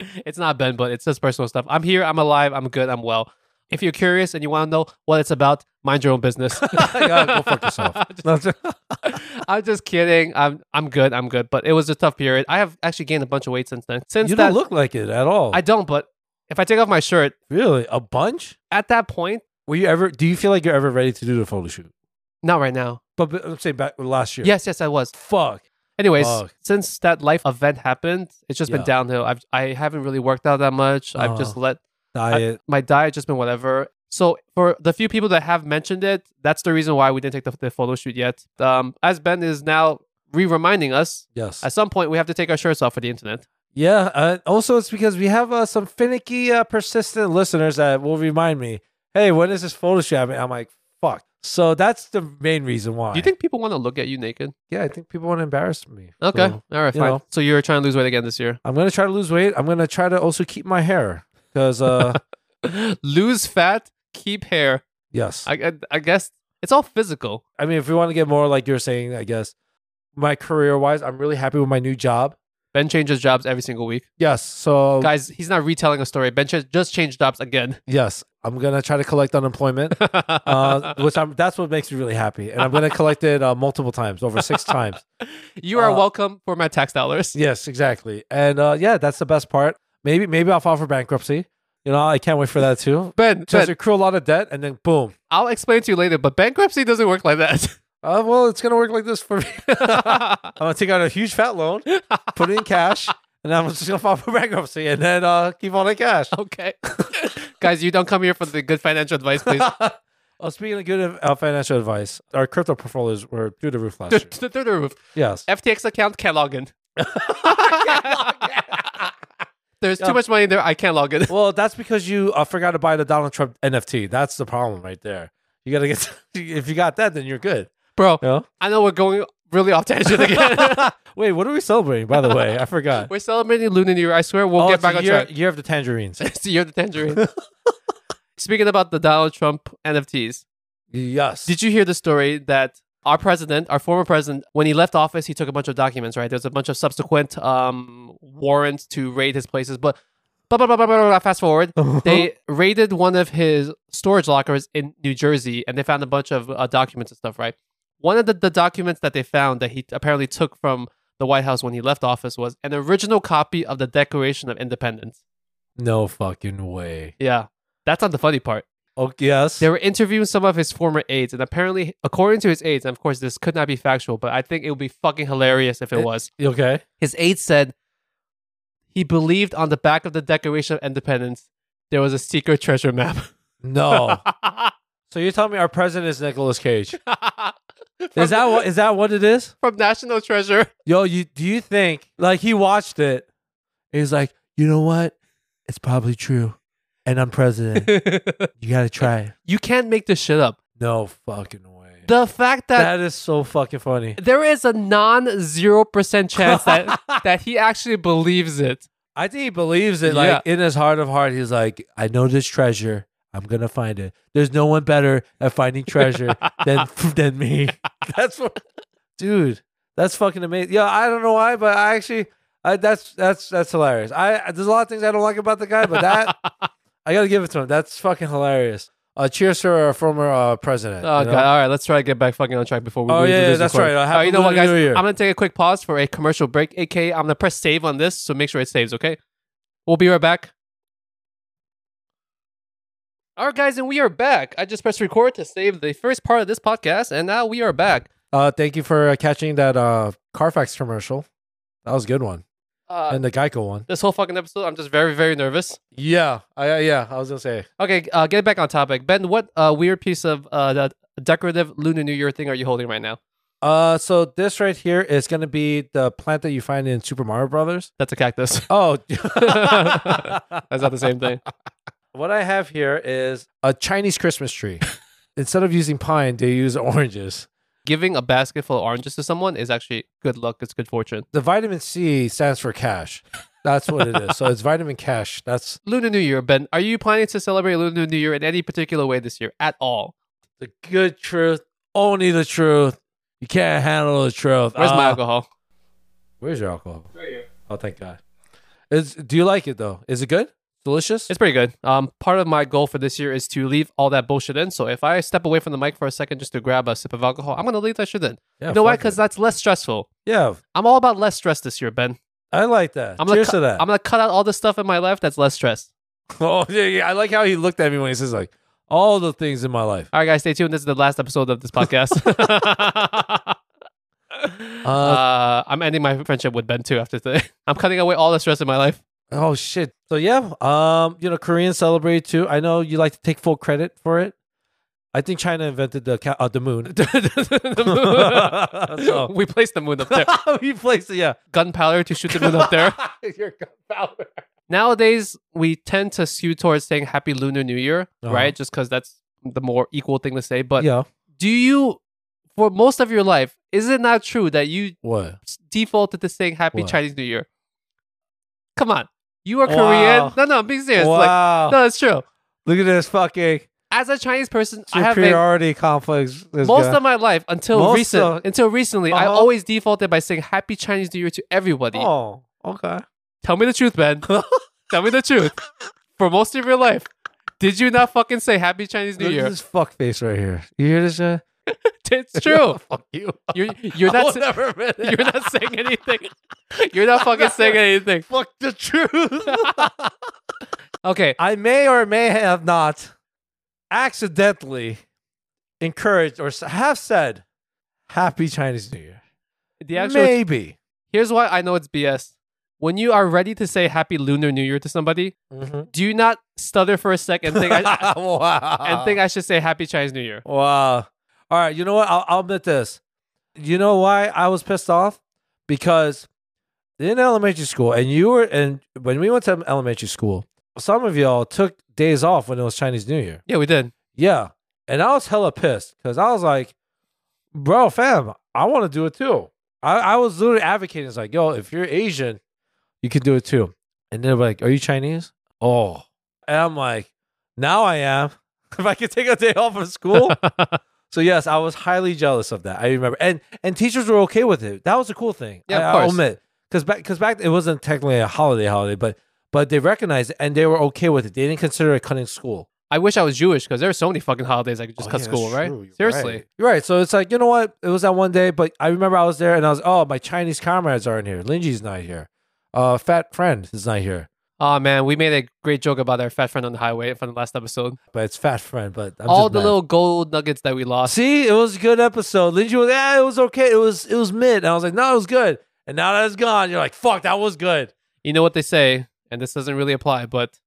Speaker 1: it's not Ben, but it's just personal stuff. I'm here. I'm alive. I'm good. I'm well. If you're curious and you want to know what it's about, mind your own business.
Speaker 2: <laughs> yeah, go
Speaker 1: <laughs>
Speaker 2: fuck yourself. No,
Speaker 1: I'm just kidding. I'm I'm good. I'm good. But it was a tough period. I have actually gained a bunch of weight since then. Since
Speaker 2: you
Speaker 1: that,
Speaker 2: don't look like it at all.
Speaker 1: I don't. But if I take off my shirt
Speaker 2: Really? A bunch?
Speaker 1: at that point,
Speaker 2: Were you ever do you feel like you're ever ready to do the photo shoot?
Speaker 1: not right now.
Speaker 2: But, but I'm saying back last year.
Speaker 1: Yes, yes, I was.
Speaker 2: Fuck.
Speaker 1: Anyways,
Speaker 2: Fuck.
Speaker 1: since that life event happened, it's just been
Speaker 2: Oh. Yeah.
Speaker 1: downhill. I've I haven't really worked out that much. I've
Speaker 2: Uh-huh.
Speaker 1: just let
Speaker 2: Diet.
Speaker 1: my diet just been whatever. So for the few people that have mentioned it, that's the reason why we didn't take the, the photo shoot yet. Um, as Ben is now re-reminding us,
Speaker 2: yes.
Speaker 1: at some point we have to take our shirts off for the internet.
Speaker 2: yeah. Uh, also, it's because we have uh, some finicky, uh, persistent listeners that will remind me, hey, when is this photo shoot? happening?" I'm like, fuck. So that's the main reason why.
Speaker 1: Do you think people want to look at you naked?
Speaker 2: Yeah, I think people want to embarrass me.
Speaker 1: Okay,
Speaker 2: So
Speaker 1: all right,
Speaker 2: you
Speaker 1: fine.
Speaker 2: know.
Speaker 1: So you're trying to lose weight again this year. <laughs>
Speaker 2: I'm gonna try to lose weight. I'm gonna try to also keep my hair
Speaker 1: <laughs>
Speaker 2: because, uh,
Speaker 1: lose fat, keep hair.
Speaker 2: yes.
Speaker 1: I, I, I guess it's all physical.
Speaker 2: I mean, if we want to get more like you're saying, I guess my career wise, I'm really happy with my new job.
Speaker 1: Ben changes jobs every single week.
Speaker 2: Yes. So
Speaker 1: Guys, he's not retelling a story. Ben ch- just changed jobs again.
Speaker 2: yes, I'm gonna try to collect unemployment,
Speaker 1: <laughs>
Speaker 2: uh, which I'm. That's what makes me really happy, and I'm gonna collect it uh, multiple times, over six times.
Speaker 1: you are
Speaker 2: uh,
Speaker 1: welcome for my tax dollars.
Speaker 2: Yes, exactly. And uh, yeah, that's the best part. Maybe maybe I'll file for bankruptcy. You know, I can't wait for that too.
Speaker 1: Ben,
Speaker 2: Just
Speaker 1: Ben,
Speaker 2: accrue a lot of debt, and then boom.
Speaker 1: I'll explain to you later, but bankruptcy doesn't work like that. <laughs>
Speaker 2: Uh, well, it's gonna work like this for me. <laughs> I'm gonna take out a huge fat loan, put it in cash, and I'm just gonna file for bankruptcy, and then uh, keep all the cash.
Speaker 1: okay.
Speaker 2: <laughs>
Speaker 1: Guys, you don't come here for the good financial advice, please.
Speaker 2: well, speaking of good uh, financial advice, our crypto portfolios were through the roof last <laughs> year.
Speaker 1: Through the roof.
Speaker 2: Yes.
Speaker 1: FTX account can't log
Speaker 2: <laughs>
Speaker 1: in. <laughs> There's
Speaker 2: Yeah.
Speaker 1: too much money in there. I can't log in. <laughs>
Speaker 2: Well, that's because you uh, forgot to buy the Donald Trump NFT. That's the problem right there. You gotta get <laughs> if you got that, then you're good.
Speaker 1: Bro,
Speaker 2: You know?
Speaker 1: I know we're going really off tangent again.
Speaker 2: <laughs> Wait, what are we celebrating? By the way, I <laughs> forgot.
Speaker 1: we're celebrating Lunar New Year. I swear we'll
Speaker 2: Oh,
Speaker 1: get
Speaker 2: it's
Speaker 1: back
Speaker 2: the
Speaker 1: on
Speaker 2: year,
Speaker 1: track.
Speaker 2: year of the tangerines.
Speaker 1: it's the year of the tangerine. Speaking about the Donald Trump NFTs,
Speaker 2: yes. <laughs>
Speaker 1: Did you hear the story that our president, our former president, when he left office, he took a bunch of documents, right? There's a bunch of subsequent um, warrants to raid his places, but blah, blah, blah, blah, blah, blah, fast forward. They raided one of his storage lockers in New Jersey and they found a bunch of uh, documents and stuff, right? One of the, the documents that they found that he apparently took from the White House when he left office was an original copy of the Declaration of Independence.
Speaker 2: no fucking way.
Speaker 1: Yeah. That's not the funny part.
Speaker 2: Oh yes.
Speaker 1: They were interviewing some of his former aides, and apparently, according to his aides, and of course, this could not be factual, but I think it would be fucking hilarious if it
Speaker 2: It-
Speaker 1: was.
Speaker 2: okay.
Speaker 1: His aides said he believed on the back of the Declaration of Independence there was a secret treasure map. <laughs>
Speaker 2: <laughs> No. so you're telling me our president is Nicolas Cage? Is that what is that what it is?
Speaker 1: from National
Speaker 2: <laughs>
Speaker 1: Treasure?
Speaker 2: Yo, you do you think like he watched it? He's like, you know what? It's probably true, and I'm president. you gotta try it.
Speaker 1: you can't make this shit up.
Speaker 2: No fucking way.
Speaker 1: The fact that
Speaker 2: that is so fucking funny.
Speaker 1: there is a non zero percent chance
Speaker 2: <laughs>
Speaker 1: that that he actually believes it.
Speaker 2: I think he believes it. Like in his heart of heart, he's like, I know this treasure. I'm gonna find it. There's no one better at finding <laughs> treasure than than me. <laughs> That's what, dude. That's fucking amazing. Yeah, I don't know why, but <laughs> I actually, I, that's that's that's hilarious. I there's a lot of things I don't like about the guy, but that I gotta give it to him. That's fucking hilarious. Uh, cheers for our former uh, president.
Speaker 1: Oh
Speaker 2: you know?
Speaker 1: god! All right, let's try to get back fucking on track before we.
Speaker 2: Oh,
Speaker 1: we do
Speaker 2: yeah, yeah,
Speaker 1: this
Speaker 2: that's
Speaker 1: recording.
Speaker 2: right. Uh,
Speaker 1: All right,
Speaker 2: happy
Speaker 1: you know what,
Speaker 2: Lunar
Speaker 1: guys?
Speaker 2: New Year.
Speaker 1: I'm gonna take a quick pause for a commercial break. AK, I'm gonna press save on this, so make sure it saves. Okay, we'll be right back. All right, guys, and we are back. I just pressed record to save the first part of this podcast, and now we are back.
Speaker 2: Uh, thank you for uh, catching that uh, Carfax commercial. That was a good one,
Speaker 1: Uh,
Speaker 2: and the Geico one.
Speaker 1: this whole fucking episode, I'm just very, very nervous.
Speaker 2: Yeah, I, yeah. I was gonna say.
Speaker 1: Okay, uh, get back on topic, Ben. What uh, weird piece of uh, the decorative Lunar New Year thing are you holding right now?
Speaker 2: Uh, so this right here is gonna be the plant that you find in Super Mario Brothers.
Speaker 1: That's a cactus. <laughs>
Speaker 2: Oh, <laughs>
Speaker 1: That's not the same thing.
Speaker 2: What I have here is a Chinese Christmas <laughs> tree. Instead of using pine, they use oranges.
Speaker 1: giving a basket full of oranges to someone is actually good luck. It's good fortune.
Speaker 2: The vitamin C stands for cash. That's what it is. So it's vitamin cash. That's
Speaker 1: Lunar New Year, Ben. Are you planning to celebrate Lunar New Year in any particular way this year at all?
Speaker 2: the good truth, only the truth. You can't handle the truth.
Speaker 1: Where's my
Speaker 2: Uh,
Speaker 1: alcohol?
Speaker 2: Where's your alcohol? Right here. Oh, thank God. Is do you like it though? Is it good? Delicious?
Speaker 1: It's pretty good. Um, part of my goal for this year is to leave all that bullshit in. So if I step away from the mic for a second just to grab a sip of alcohol, I'm gonna leave that shit in.
Speaker 2: yeah,
Speaker 1: you know why? uh,
Speaker 2: fuck it.
Speaker 1: Because that's less stressful.
Speaker 2: yeah,
Speaker 1: I'm all about less stress this year, Ben.
Speaker 2: I like that.
Speaker 1: I'm gonna
Speaker 2: Cheers
Speaker 1: cu-
Speaker 2: to that.
Speaker 1: I'm gonna cut out all the stuff in my life that's less stress.
Speaker 2: <laughs> oh yeah, yeah. I like how he looked at me when he says like all the things in my life. <laughs>
Speaker 1: All right, guys, stay tuned. This is the last episode of this podcast.
Speaker 2: Uh,
Speaker 1: uh, I'm ending my friendship with Ben too after today. I'm cutting away all the <laughs> stress in my life. <laughs>
Speaker 2: Oh shit. So yeah, um, you know, Koreans celebrate too. I know you like to take full credit for it. I think China invented the ca- uh,
Speaker 1: <laughs>
Speaker 2: the moon. so,
Speaker 1: We placed the moon up
Speaker 2: <laughs>
Speaker 1: there.
Speaker 2: we placed it. Yeah, <laughs>
Speaker 1: Gunpowder to shoot the moon up there. <laughs>
Speaker 2: Your gunpowder.
Speaker 1: Nowadays, we tend to skew towards saying Happy Lunar New Year,
Speaker 2: Uh-huh.
Speaker 1: right? Just because that's the more equal thing to say. But
Speaker 2: yeah.
Speaker 1: do you, for most of your life, is it not true that you
Speaker 2: What?
Speaker 1: defaulted to saying Happy
Speaker 2: What?
Speaker 1: Chinese New Year? Come on. You are
Speaker 2: Wow.
Speaker 1: Korean. No, no, I'm being serious. Like,
Speaker 2: wow.
Speaker 1: No, it's true.
Speaker 2: Look at this fucking
Speaker 1: Oh. As a Chinese person, I have been
Speaker 2: superiority complex. is
Speaker 1: most
Speaker 2: gone.
Speaker 1: of my life until
Speaker 2: Most
Speaker 1: recent
Speaker 2: of-
Speaker 1: until recently, I
Speaker 2: Uh-huh.
Speaker 1: always defaulted by saying Happy Chinese New Year to everybody.
Speaker 2: Oh, okay.
Speaker 1: Tell me the truth,
Speaker 2: <laughs>
Speaker 1: Ben. Tell me the truth. For most of your life, did you not fucking say Happy Chinese New
Speaker 2: Look at
Speaker 1: Year?
Speaker 2: this fuck face right here. You hear this? shit?
Speaker 1: <laughs> It's true.
Speaker 2: <laughs> fuck you.
Speaker 1: You're you're
Speaker 2: I will
Speaker 1: not sa-
Speaker 2: never <laughs> admit it.
Speaker 1: you're not saying anything. <laughs> You're not fucking saying anything.
Speaker 2: fuck the truth.
Speaker 1: Okay.
Speaker 2: <laughs> I may or may have not accidentally encouraged or s- have said Happy Chinese New Year.
Speaker 1: The actual
Speaker 2: Maybe.
Speaker 1: here's why I know it's BS. When you are ready to say Happy Lunar New Year to somebody, do you not stutter for a second and think I,
Speaker 2: Mm-hmm. <laughs> wow.
Speaker 1: and think I should say Happy Chinese New Year.
Speaker 2: wow. All right. You know what? I'll, I'll admit this. You know why I was pissed off? Because in elementary school, and you were, and when we went to elementary school, some of y'all took days off when it was Chinese New Year.
Speaker 1: Yeah, we did.
Speaker 2: Yeah. And I was hella pissed because I was like, bro, fam, I want to do it too. I, I was literally advocating. It's like, yo, if you're Asian, you can do it too. And they're like, are you Chinese? Oh. And I'm like, now I am. <laughs> if I could take a day off of
Speaker 1: <laughs>
Speaker 2: school. so, yes, I was highly jealous of that. I remember. And and teachers were okay with it. That was a cool thing.
Speaker 1: Yeah, of
Speaker 2: I,
Speaker 1: course.
Speaker 2: I'll admit. Because back, cause back, it wasn't technically a holiday holiday, but but they recognized it and they were okay with it. They didn't consider it cutting school.
Speaker 1: I wish I was Jewish because there are so many fucking holidays I could just
Speaker 2: Oh,
Speaker 1: cut
Speaker 2: yeah, that's
Speaker 1: school, right?
Speaker 2: true. You're
Speaker 1: Seriously.
Speaker 2: right. You're right. So it's like, you know what? It was that one day, but I remember I was there and I was, oh, my Chinese comrades aren't here. Linji's not here. Uh, fat friend is not here,
Speaker 1: Oh man, we made a great joke about our fat friend on the highway from the last episode.
Speaker 2: but it's fat friend. But I'm
Speaker 1: All
Speaker 2: just
Speaker 1: the
Speaker 2: mad.
Speaker 1: little gold nuggets that we lost.
Speaker 2: See, it was a good episode. Linji was, yeah, it was okay. It was, it was mid. And I was like, no, it was good. And now that it's gone, you're like, fuck, that was good.
Speaker 1: You know what they say, and this doesn't really apply, but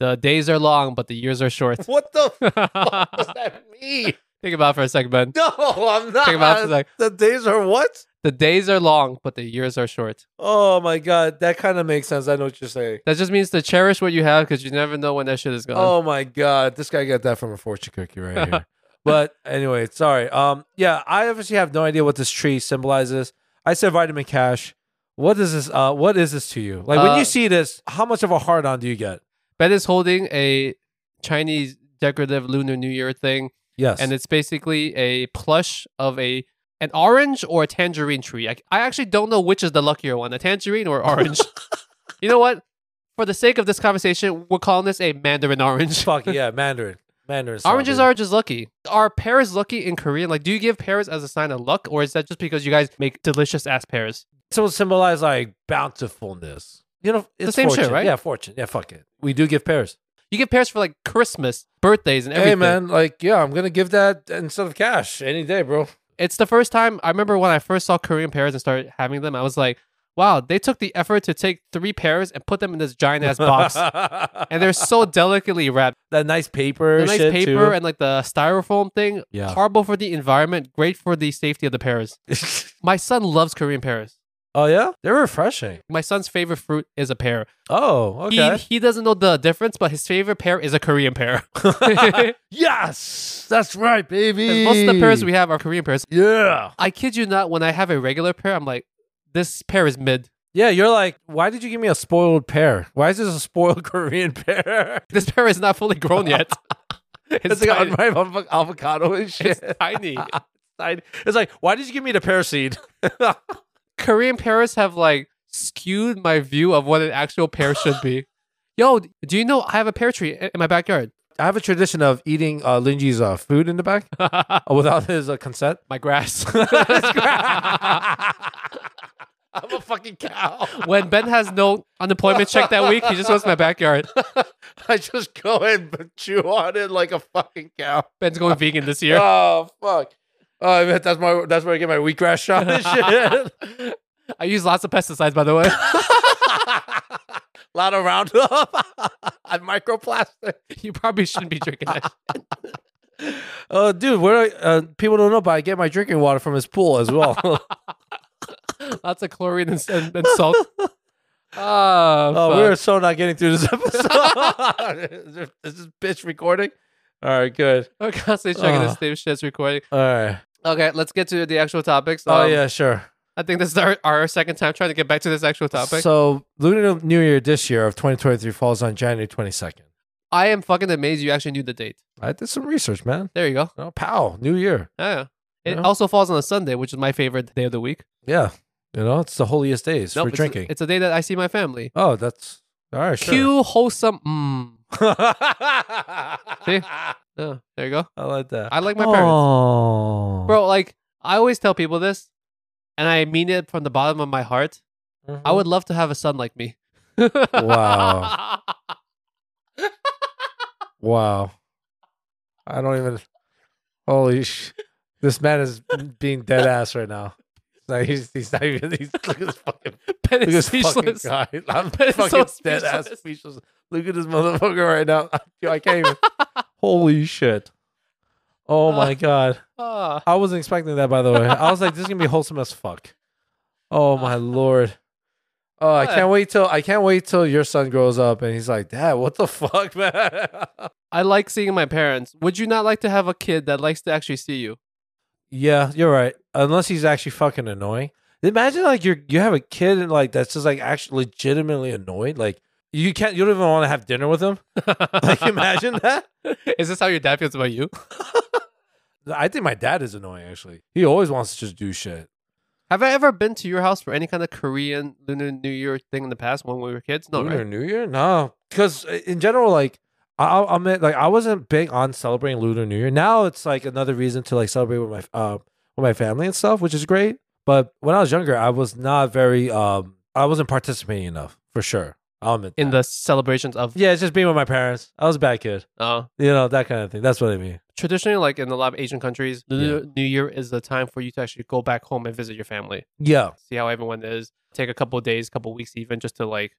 Speaker 1: the days are long, but the years are short.
Speaker 2: <laughs>
Speaker 1: <laughs>
Speaker 2: what the fuck <laughs> does
Speaker 1: Think
Speaker 2: that mean?
Speaker 1: about it for a second, Ben.
Speaker 2: No, I'm not.
Speaker 1: Think about it for a second.
Speaker 2: the days are what?
Speaker 1: The days are long, but the years are short.
Speaker 2: Oh my god, that kind of makes sense. I know what you're saying.
Speaker 1: That just means to cherish what you have because you never know when that shit is gone.
Speaker 2: Oh my god, this guy got that from a fortune cookie right
Speaker 1: <laughs>
Speaker 2: here. but anyway, sorry. Um, yeah, I obviously have no idea what this tree symbolizes. I said vitamin cash. What is this? Uh, what is this to you? Like when
Speaker 1: Uh,
Speaker 2: you see this, how much of a hard on do you get?
Speaker 1: Ben is holding a Chinese decorative Lunar New Year thing,
Speaker 2: Yes,
Speaker 1: and it's basically a plush of a an orange or a
Speaker 2: <laughs>
Speaker 1: tangerine tree. I, I actually don't know which is the luckier one, a tangerine or orange. you know what? for the sake of this conversation, we're calling this a mandarin orange. <laughs>
Speaker 2: <laughs> <laughs> Fuck yeah, Mandarin. Mandarin. is
Speaker 1: Oranges
Speaker 2: solid.
Speaker 1: are just lucky. Are pears lucky in Korean? Like, do you give pears as a sign of luck, or is that just because you guys make delicious ass pears?
Speaker 2: so symbolize like bountifulness. You know, it's
Speaker 1: same shit,
Speaker 2: fortune.
Speaker 1: right?
Speaker 2: Yeah, fortune. Yeah, fuck it. We do give pears.
Speaker 1: You get pears for like Christmas, birthdays, and everything.
Speaker 2: Hey man, like yeah, I'm gonna give that instead of cash any day, bro.
Speaker 1: It's the first time I remember when I first saw Korean pears and started having them. I was like, wow, they took the effort to take three pears and put them in this giant ass
Speaker 2: <laughs>
Speaker 1: box.
Speaker 2: and
Speaker 1: And they're so delicately wrapped.
Speaker 2: that nice paper,
Speaker 1: The nice
Speaker 2: shit,
Speaker 1: paper
Speaker 2: too.
Speaker 1: and like the styrofoam thing.
Speaker 2: Yeah.
Speaker 1: Horrible for the environment, great for the safety of the pears.
Speaker 2: <laughs>
Speaker 1: My son loves Korean pears.
Speaker 2: oh yeah, they're refreshing.
Speaker 1: My son's favorite fruit is a pear.
Speaker 2: Oh okay. <laughs>
Speaker 1: He, he doesn't know the difference, but his favorite pear is a Korean pear. <laughs> 'Cause
Speaker 2: yes, that's right, baby.
Speaker 1: most of the pears we have are Korean pears.
Speaker 2: yeah,
Speaker 1: I kid you not, when I have a regular pear, I'm like, this pear is mid.
Speaker 2: yeah. You're like, why did you give me a spoiled pear? Why is this a spoiled <laughs> Korean pear?
Speaker 1: This pear is not fully grown
Speaker 2: <laughs>
Speaker 1: yet. <laughs> it's,
Speaker 2: It's like on
Speaker 1: tiny.
Speaker 2: my avo- avocado and <laughs> shit.
Speaker 1: it's tiny.
Speaker 2: I- It's like, why did you give me the pear seed? <laughs>
Speaker 1: Korean pears have like skewed my view of what an actual pear should
Speaker 2: <laughs>
Speaker 1: be. Yo, do you know I have a pear tree i- in my backyard?
Speaker 2: I have a tradition of eating uh, Linji's uh, food in the <laughs> back uh, without his uh, <laughs> consent.
Speaker 1: my grass. <laughs>
Speaker 2: I'm a fucking cow.
Speaker 1: when Ben has no unemployment check that week, he just goes to my backyard.
Speaker 2: I just go in and chew on it like a fucking cow.
Speaker 1: Ben's going vegan this year.
Speaker 2: Oh fuck! Oh, I bet that's my that's where I get my wheatgrass shot <laughs> and shit.
Speaker 1: I use lots of pesticides, by the way. <laughs>
Speaker 2: A lot of Roundup <laughs> and microplastic.
Speaker 1: you probably shouldn't be drinking that.
Speaker 2: Uh, dude, where uh, people don't know, but I get my drinking water from his pool as <laughs> well.
Speaker 1: Lots of chlorine and, and, and
Speaker 2: <laughs>
Speaker 1: salt. Ah,
Speaker 2: Oh, we
Speaker 1: fuck.
Speaker 2: are so not getting through this episode. <laughs> is this bitch recording? All right, good.
Speaker 1: I'm constantly checking
Speaker 2: Ah.
Speaker 1: this damn shit's recording.
Speaker 2: All right.
Speaker 1: Okay, let's get to the actual topics.
Speaker 2: Oh
Speaker 1: Um,
Speaker 2: yeah, sure.
Speaker 1: I think this is our, our second time trying to get back to this actual topic.
Speaker 2: So Lunar New Year this year of 2023 falls on January 22nd.
Speaker 1: I am fucking amazed you actually knew the date.
Speaker 2: I did some research, man.
Speaker 1: There you go.
Speaker 2: Oh, pow, New Year.
Speaker 1: Oh, Yeah. It
Speaker 2: Yeah.
Speaker 1: also falls on a Sunday, which is my favorite day of the week.
Speaker 2: Yeah, you know it's the holiest days
Speaker 1: Nope,
Speaker 2: for
Speaker 1: it's-
Speaker 2: drinking.
Speaker 1: It's, a day that I see my family.
Speaker 2: oh, that's all right. Sure. <laughs>
Speaker 1: Cue wholesome. Mm. See?
Speaker 2: I
Speaker 1: Oh, there you go.
Speaker 2: like that.
Speaker 1: I like my parents.
Speaker 2: Oh,
Speaker 1: Bro, like, I always tell people this, and I mean it from the bottom of my heart. I would love to have a son like me. <laughs>
Speaker 2: Wow. Mm-hmm. Wow. I don't even. Holy sh! This man is
Speaker 1: <laughs>
Speaker 2: being dead ass right now. No, he's he's not even. He's look at this fucking
Speaker 1: Ben
Speaker 2: look at
Speaker 1: is
Speaker 2: this fucking
Speaker 1: speechless.
Speaker 2: guy.
Speaker 1: <laughs>
Speaker 2: I'm
Speaker 1: Ben is so
Speaker 2: fucking dead ass
Speaker 1: speechless.
Speaker 2: speechless. Look at this motherfucker right now. Yo, I
Speaker 1: <laughs>
Speaker 2: can't even. Holy shit! Oh
Speaker 1: Uh. <laughs>
Speaker 2: my god!
Speaker 1: Ah.
Speaker 2: I wasn't expecting that. By the way, I was like, this is gonna be wholesome as fuck. Oh my lord! Oh, I
Speaker 1: What?
Speaker 2: can't wait till I can't wait till your son grows up and he's like, Dad, what the fuck, <laughs> man?
Speaker 1: I like seeing my parents. Would you not like to have a kid that likes to actually see you? <laughs>
Speaker 2: Yeah, you're right. Unless he's actually fucking annoying. Imagine like you you have a kid and like that's just like actually legitimately annoyed. Like you can't you don't even want to have dinner with him. <laughs> Like imagine that.
Speaker 1: Is this how your dad feels about you?
Speaker 2: I think my dad is annoying actually. He always wants to just do shit.
Speaker 1: Have I ever been to your house for any kind of Korean Lunar New Year thing in the past when we were kids? No,
Speaker 2: Lunar
Speaker 1: right?
Speaker 2: New Year? No, because in general, like I, I mean, like I wasn't big on celebrating Lunar New Year. Now it's like another reason to like celebrate with my uh, with my family and stuff, which is great. But when I was younger, I was not very um I wasn't participating enough for sure. I'll admit
Speaker 1: In
Speaker 2: that.
Speaker 1: the celebrations of
Speaker 2: yeah, it's just being with my parents. I was a bad kid,
Speaker 1: uh,
Speaker 2: you know that kind of thing. That's what I mean.
Speaker 1: traditionally, like in a lot of Asian countries, Lunar New Year is the time for you to actually go back home and visit your family,
Speaker 2: Yeah,
Speaker 1: see how everyone is, take a couple of days, couple of weeks, even just to like,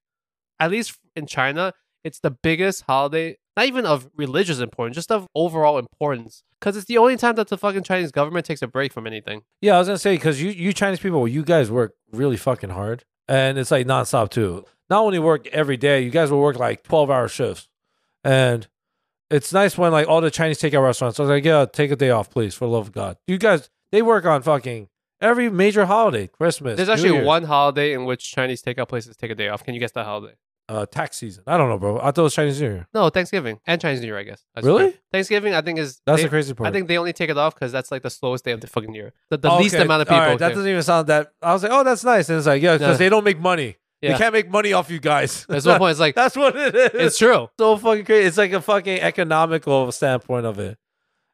Speaker 1: at least in China, it's the biggest holiday, not even of religious importance, just of overall importance, because it's the only time that the fucking Chinese government takes a break from anything.
Speaker 2: yeah. I was gonna say because you you Chinese people, you guys work really fucking hard, and it's like nonstop too. Not only work every day, you guys will work like twelve hour shifts, and it's nice when like all the Chinese takeout restaurants are like, yeah, take a day off, please, for the love of God. You guys, they work on fucking every major holiday, Christmas.
Speaker 1: There's
Speaker 2: New
Speaker 1: actually
Speaker 2: Year's,
Speaker 1: one holiday in which Chinese takeout places take a day off. Can you guess that holiday?
Speaker 2: uh, tax season. I don't know, bro. I thought it was Chinese New Year.
Speaker 1: No, Thanksgiving and Chinese New Year, I guess. That's
Speaker 2: Really?
Speaker 1: correct. Thanksgiving, I think is
Speaker 2: That's
Speaker 1: they-
Speaker 2: the crazy part.
Speaker 1: I think they only take it off because that's like the slowest day of the fucking year. The, the
Speaker 2: Oh,
Speaker 1: least
Speaker 2: okay.
Speaker 1: amount of
Speaker 2: All
Speaker 1: people.
Speaker 2: right, that
Speaker 1: can-
Speaker 2: doesn't even sound that. I was like, oh, that's nice. And it's like, yeah,
Speaker 1: Yeah.
Speaker 2: because they don't make money.
Speaker 1: Yeah.
Speaker 2: We can't make money off you guys.
Speaker 1: That's one point. It's like
Speaker 2: <laughs> That's what it is.
Speaker 1: it's
Speaker 2: <laughs>
Speaker 1: true.
Speaker 2: so fucking crazy. It's like a fucking economical standpoint of it.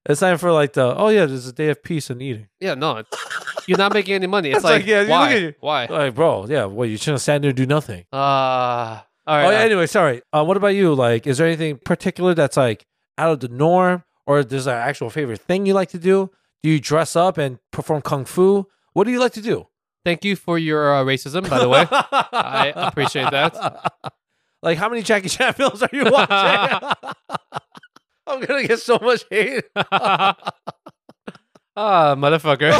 Speaker 2: It's time for like the oh yeah, there's a day of peace and eating.
Speaker 1: Yeah, no, it's- you're not making any money. It's,
Speaker 2: It's
Speaker 1: like,
Speaker 2: like, yeah, you look at
Speaker 1: why?
Speaker 2: you.
Speaker 1: Why?
Speaker 2: Like bro, yeah, well you shouldn't stand there and do nothing.
Speaker 1: Ah, all right.
Speaker 2: oh,
Speaker 1: all
Speaker 2: yeah,
Speaker 1: right.
Speaker 2: anyway, sorry. Uh, what about you? Like, is there anything particular that's like out of the norm, or there's an actual favorite thing you like to do? Do you dress up and perform kung fu? What do you like to do?
Speaker 1: Thank you for your uh, racism, by the
Speaker 2: <laughs>
Speaker 1: way.
Speaker 2: I <laughs>
Speaker 1: appreciate that.
Speaker 2: Like, how many Jackie Chan <laughs> films are you
Speaker 1: <laughs>
Speaker 2: watching? I'm gonna get so much hate.
Speaker 1: ah,
Speaker 2: <laughs>
Speaker 1: motherfucker.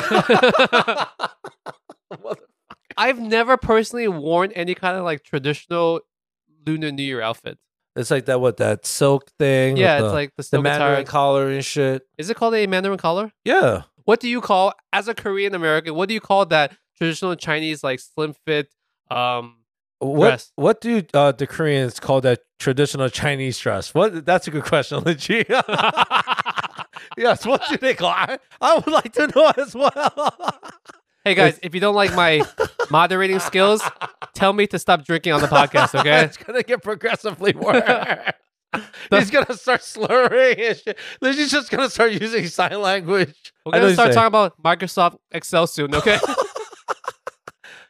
Speaker 1: I've never personally worn any kind of like traditional Lunar New Year outfit.
Speaker 2: It's like that what that silk thing. with
Speaker 1: yeah,
Speaker 2: the,
Speaker 1: it's like the
Speaker 2: the
Speaker 1: snow
Speaker 2: Mandarin
Speaker 1: guitar.
Speaker 2: collar and shit.
Speaker 1: Is it called a Mandarin collar?
Speaker 2: Yeah,
Speaker 1: What do you call, as a Korean American, what do you call that traditional Chinese like slim fit? Um,
Speaker 2: what
Speaker 1: Dress.
Speaker 2: what do uh, the Koreans call that traditional Chinese dress? What that's a good question, <laughs> Luigi. yes, what do they call? I, I would like to know as well.
Speaker 1: hey guys, if you don't like
Speaker 2: <laughs>
Speaker 1: my moderating skills, tell me to stop drinking on the podcast, okay?
Speaker 2: <laughs> it's gonna get
Speaker 1: <laughs>
Speaker 2: progressively worse. He's gonna start slurring and shit. Luigi's just gonna start using sign language.
Speaker 1: We're
Speaker 2: I know
Speaker 1: gonna
Speaker 2: what
Speaker 1: start
Speaker 2: you're
Speaker 1: talking about Microsoft Excel soon,
Speaker 2: <laughs>
Speaker 1: okay? <laughs>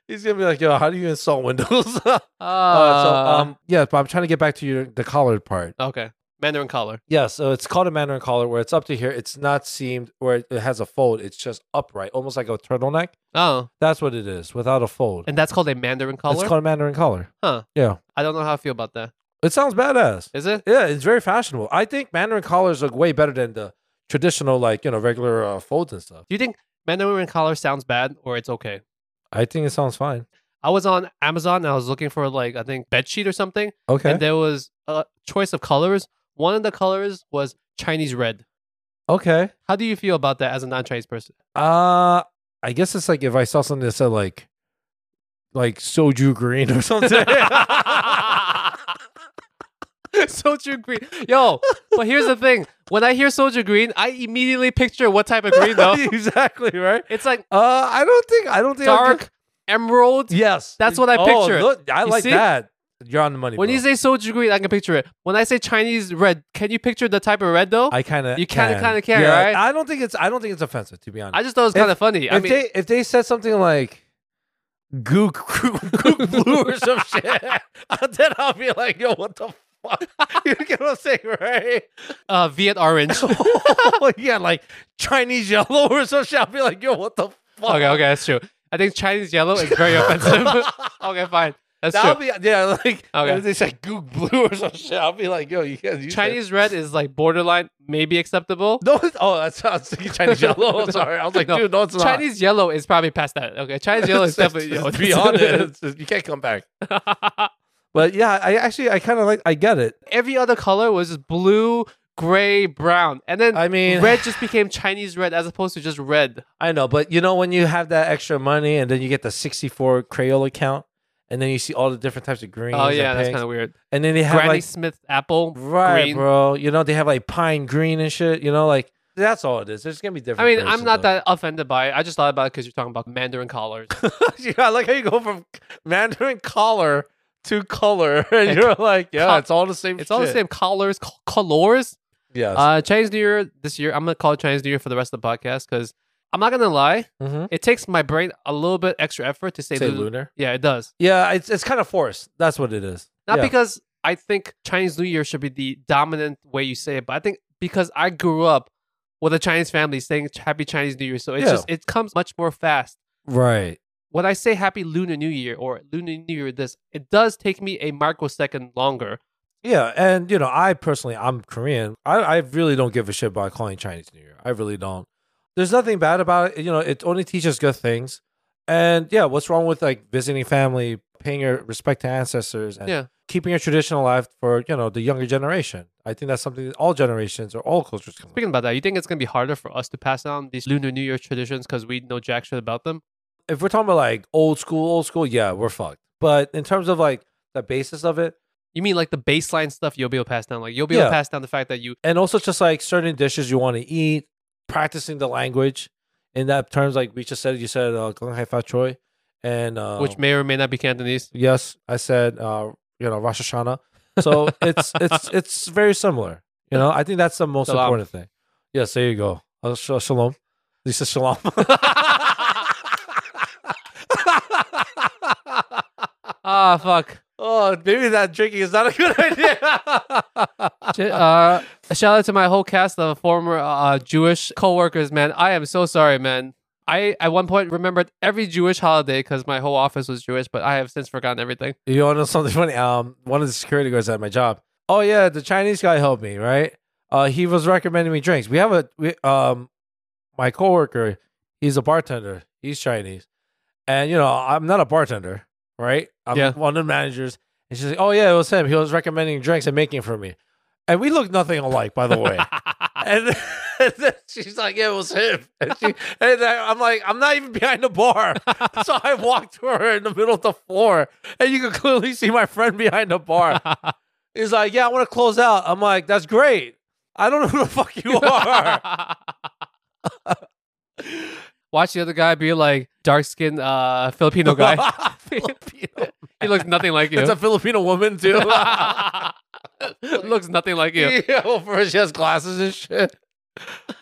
Speaker 2: He's gonna be like, "Yo, how do you install Windows?" <laughs> Uh,
Speaker 1: Uh,
Speaker 2: so, um, yeah, but I'm trying to get back to your the collared part.
Speaker 1: okay, Mandarin collar.
Speaker 2: Yeah, so it's called a Mandarin collar where it's up to here. It's not seamed where it has a fold. It's just upright, almost like a turtleneck.
Speaker 1: Oh,
Speaker 2: That's what it is, without a fold.
Speaker 1: and that's called a Mandarin collar.
Speaker 2: It's called a Mandarin collar.
Speaker 1: I don't know how I feel about that.
Speaker 2: It sounds badass.
Speaker 1: Is it?
Speaker 2: Yeah, it's very fashionable. I think Mandarin collars look way better than the traditional, like you know, regular uh, folds and stuff.
Speaker 1: Do you think Mandarin collar sounds bad or it's okay?
Speaker 2: I think it sounds fine.
Speaker 1: I was on Amazon and I was looking for like I think bed sheet or something,
Speaker 2: Okay.
Speaker 1: and there was a choice of colors. One of the colors was Chinese red.
Speaker 2: okay.
Speaker 1: How do you feel about that as a non-Chinese person?
Speaker 2: Uh I guess it's like if I saw something that said like like soju green or
Speaker 1: <laughs>
Speaker 2: something.
Speaker 1: <laughs> Soldier green, yo. But here's the thing: when I hear soldier green, I immediately picture what type of green though.
Speaker 2: <laughs> exactly right.
Speaker 1: It's like
Speaker 2: Uh, I don't think I don't think I'll
Speaker 1: dark
Speaker 2: get-
Speaker 1: emerald.
Speaker 2: yes,
Speaker 1: That's what I
Speaker 2: Oh,
Speaker 1: pictured.
Speaker 2: look, I
Speaker 1: You
Speaker 2: like
Speaker 1: see?
Speaker 2: that. You're on the money.
Speaker 1: When
Speaker 2: bro.
Speaker 1: you say soju green, I can picture it. When I say Chinese red, can you picture the type of red though? I,
Speaker 2: I kind of
Speaker 1: You kinda- kinda care, right?
Speaker 2: I don't think it's I don't think it's offensive to be honest.
Speaker 1: just thought it was
Speaker 2: If-
Speaker 1: kind of funny. I
Speaker 2: if
Speaker 1: mean,
Speaker 2: they if they said something like gook <laughs> gook blue
Speaker 1: <laughs>
Speaker 2: or some shit, <laughs> then I'll be like, yo, what the fuck? <laughs> You get what I'm saying, right? <laughs>
Speaker 1: uh, Viet orange. okay,
Speaker 2: yeah, like Chinese yellow or some shit. I'll be like, yo, what the fuck?
Speaker 1: okay, that's true. I think Chinese yellow is
Speaker 2: <laughs>
Speaker 1: very offensive. <laughs> okay, fine, that's
Speaker 2: That'll
Speaker 1: true.
Speaker 2: be yeah, <laughs> like
Speaker 1: Okay.
Speaker 2: if they say gook blue or some shit, I'll be like, yo, you guys you said-
Speaker 1: Chinese red is like borderline, maybe acceptable.
Speaker 2: No, it's- oh, that's I was
Speaker 1: <laughs>
Speaker 2: thinking Chinese yellow. I'm sorry, I was <laughs> like,
Speaker 1: No.
Speaker 2: dude, no, it's not.
Speaker 1: Chinese yellow is probably past that. Okay, Chinese yellow
Speaker 2: <laughs>
Speaker 1: is definitely yo,
Speaker 2: Just be <laughs> honest. You can't come back. <laughs> But yeah, I actually I kind of like I get it.
Speaker 1: Every other color was just blue, gray, brown, and then
Speaker 2: I mean, Oh,
Speaker 1: red just became Chinese red as opposed to just red.
Speaker 2: I know, but you know when you have that extra money and then you get the 64 Crayola account and then you see all the different types of greens.
Speaker 1: Oh yeah,
Speaker 2: and
Speaker 1: that's
Speaker 2: pinks,
Speaker 1: kind of weird.
Speaker 2: And then they have
Speaker 1: Granny
Speaker 2: like
Speaker 1: Smith apple,
Speaker 2: right,
Speaker 1: green.
Speaker 2: bro. You know they have like pine green and shit. You know, like that's all it is. There's gonna be different.
Speaker 1: I mean, I'm not that offended by it. I just thought about it because you're talking about Mandarin
Speaker 2: <laughs>
Speaker 1: collars.
Speaker 2: that. yeah, I like how you go from Mandarin collar to color, <laughs> and you're like, yeah,
Speaker 1: Col-
Speaker 2: it's all the same.
Speaker 1: it's all the
Speaker 2: shit.
Speaker 1: same collars, co- colors.
Speaker 2: Yes.
Speaker 1: Uh, Chinese New Year this year, I'm gonna call it Chinese New Year for the rest of the podcast because I'm not gonna lie,
Speaker 2: Mhm.
Speaker 1: it takes my brain a little bit extra effort to say,
Speaker 2: Say
Speaker 1: Lulu.
Speaker 2: lunar.
Speaker 1: Yeah, it does.
Speaker 2: Yeah, it's it's kind of forced. That's what it is.
Speaker 1: Not
Speaker 2: yeah.
Speaker 1: because I think Chinese New Year should be the dominant way you say it, but I think because I grew up with a Chinese family saying Happy Chinese New Year, so it's
Speaker 2: Yeah.
Speaker 1: just it comes much more fast.
Speaker 2: right.
Speaker 1: when I say Happy Lunar New Year or Lunar New Year, this it does take me a microsecond longer.
Speaker 2: Yeah, and you know, I personally, I'm Korean. I, I really don't give a shit about calling Chinese New Year. I really don't. There's nothing bad about it. You know, it only teaches good things. And yeah, what's wrong with like visiting family, paying your respect to ancestors, and
Speaker 1: Yeah.
Speaker 2: keeping your tradition alive for you know the younger generation? I think that's something that all generations or all cultures can.
Speaker 1: Speaking about that, you think it's gonna be harder for us to pass down these Lunar New Year traditions because we know jack shit about them?
Speaker 2: If we're talking about like old school, old school, yeah, we're fucked. But in terms of like the basis of it,
Speaker 1: You mean like the baseline stuff you'll be able to pass down? Like you'll be able
Speaker 2: Yeah.
Speaker 1: to pass down the fact that you
Speaker 2: and also just like certain dishes you want to eat, practicing the language in that terms, like we just said, you said uh, Gong Hai Fa Choi. and uh,
Speaker 1: which may or may not be Cantonese.
Speaker 2: yes, I said uh, you know Rosh Hashanah. So
Speaker 1: <laughs>
Speaker 2: it's it's it's very similar. You know, I think that's the most
Speaker 1: Salam.
Speaker 2: important thing. Yes, there you go. Uh, sh- shalom. He
Speaker 1: <laughs>
Speaker 2: says shalom. <laughs>
Speaker 1: Ah, fuck.
Speaker 2: oh, maybe that drinking is not a good idea. <laughs>
Speaker 1: J- uh, shout out to my whole cast of former uh, Jewish coworkers, man. I am so sorry, man. I at one point remembered every Jewish holiday because my whole office was Jewish, but I have since forgotten
Speaker 2: <laughs>
Speaker 1: everything.
Speaker 2: You want to know something funny? Um, one of the security guards at my job. Oh yeah, the Chinese guy helped me. Right? Uh, he was recommending me drinks. We have a we, um, my coworker. He's a bartender. He's Chinese, and you know I'm not a bartender, right? I'm
Speaker 1: Yeah.
Speaker 2: one of the managers. And she's like, "Oh yeah, it was him. He was recommending drinks and making for me." And we look nothing alike, by the way. and, <laughs> then, and then she's like, "Yeah, it was him." And, she, and I, I'm like, "I'm not even behind the bar." <laughs> so I walked to her in the middle of the floor, and you could clearly see my friend behind the bar. He's like, "Yeah, I want to close out." I'm like, "That's great. I don't know who the fuck you are."
Speaker 1: <laughs> Watch the other guy be like dark skinned uh, Filipino
Speaker 2: <laughs>
Speaker 1: guy.
Speaker 2: Filipino.
Speaker 1: he looks nothing like you.
Speaker 2: It's a Filipino
Speaker 1: <laughs>
Speaker 2: woman too. <laughs>
Speaker 1: looks nothing like you.
Speaker 2: yeah, well, first she has glasses and shit. <laughs>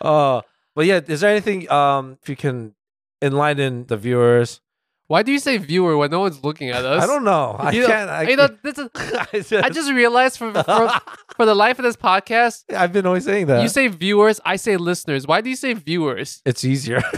Speaker 2: Uh, but yeah, is there anything um if you can enlighten the viewers?
Speaker 1: Why do you say viewer when no one's looking at us?
Speaker 2: I don't know. I
Speaker 1: You know-
Speaker 2: can't. <laughs> I,
Speaker 1: you know, this is- I just realized for,
Speaker 2: <laughs>
Speaker 1: for for the life of this podcast,
Speaker 2: I've been always saying that.
Speaker 1: you say viewers, I say listeners. Why do you say viewers?
Speaker 2: it's
Speaker 1: <laughs>
Speaker 2: easier. <laughs>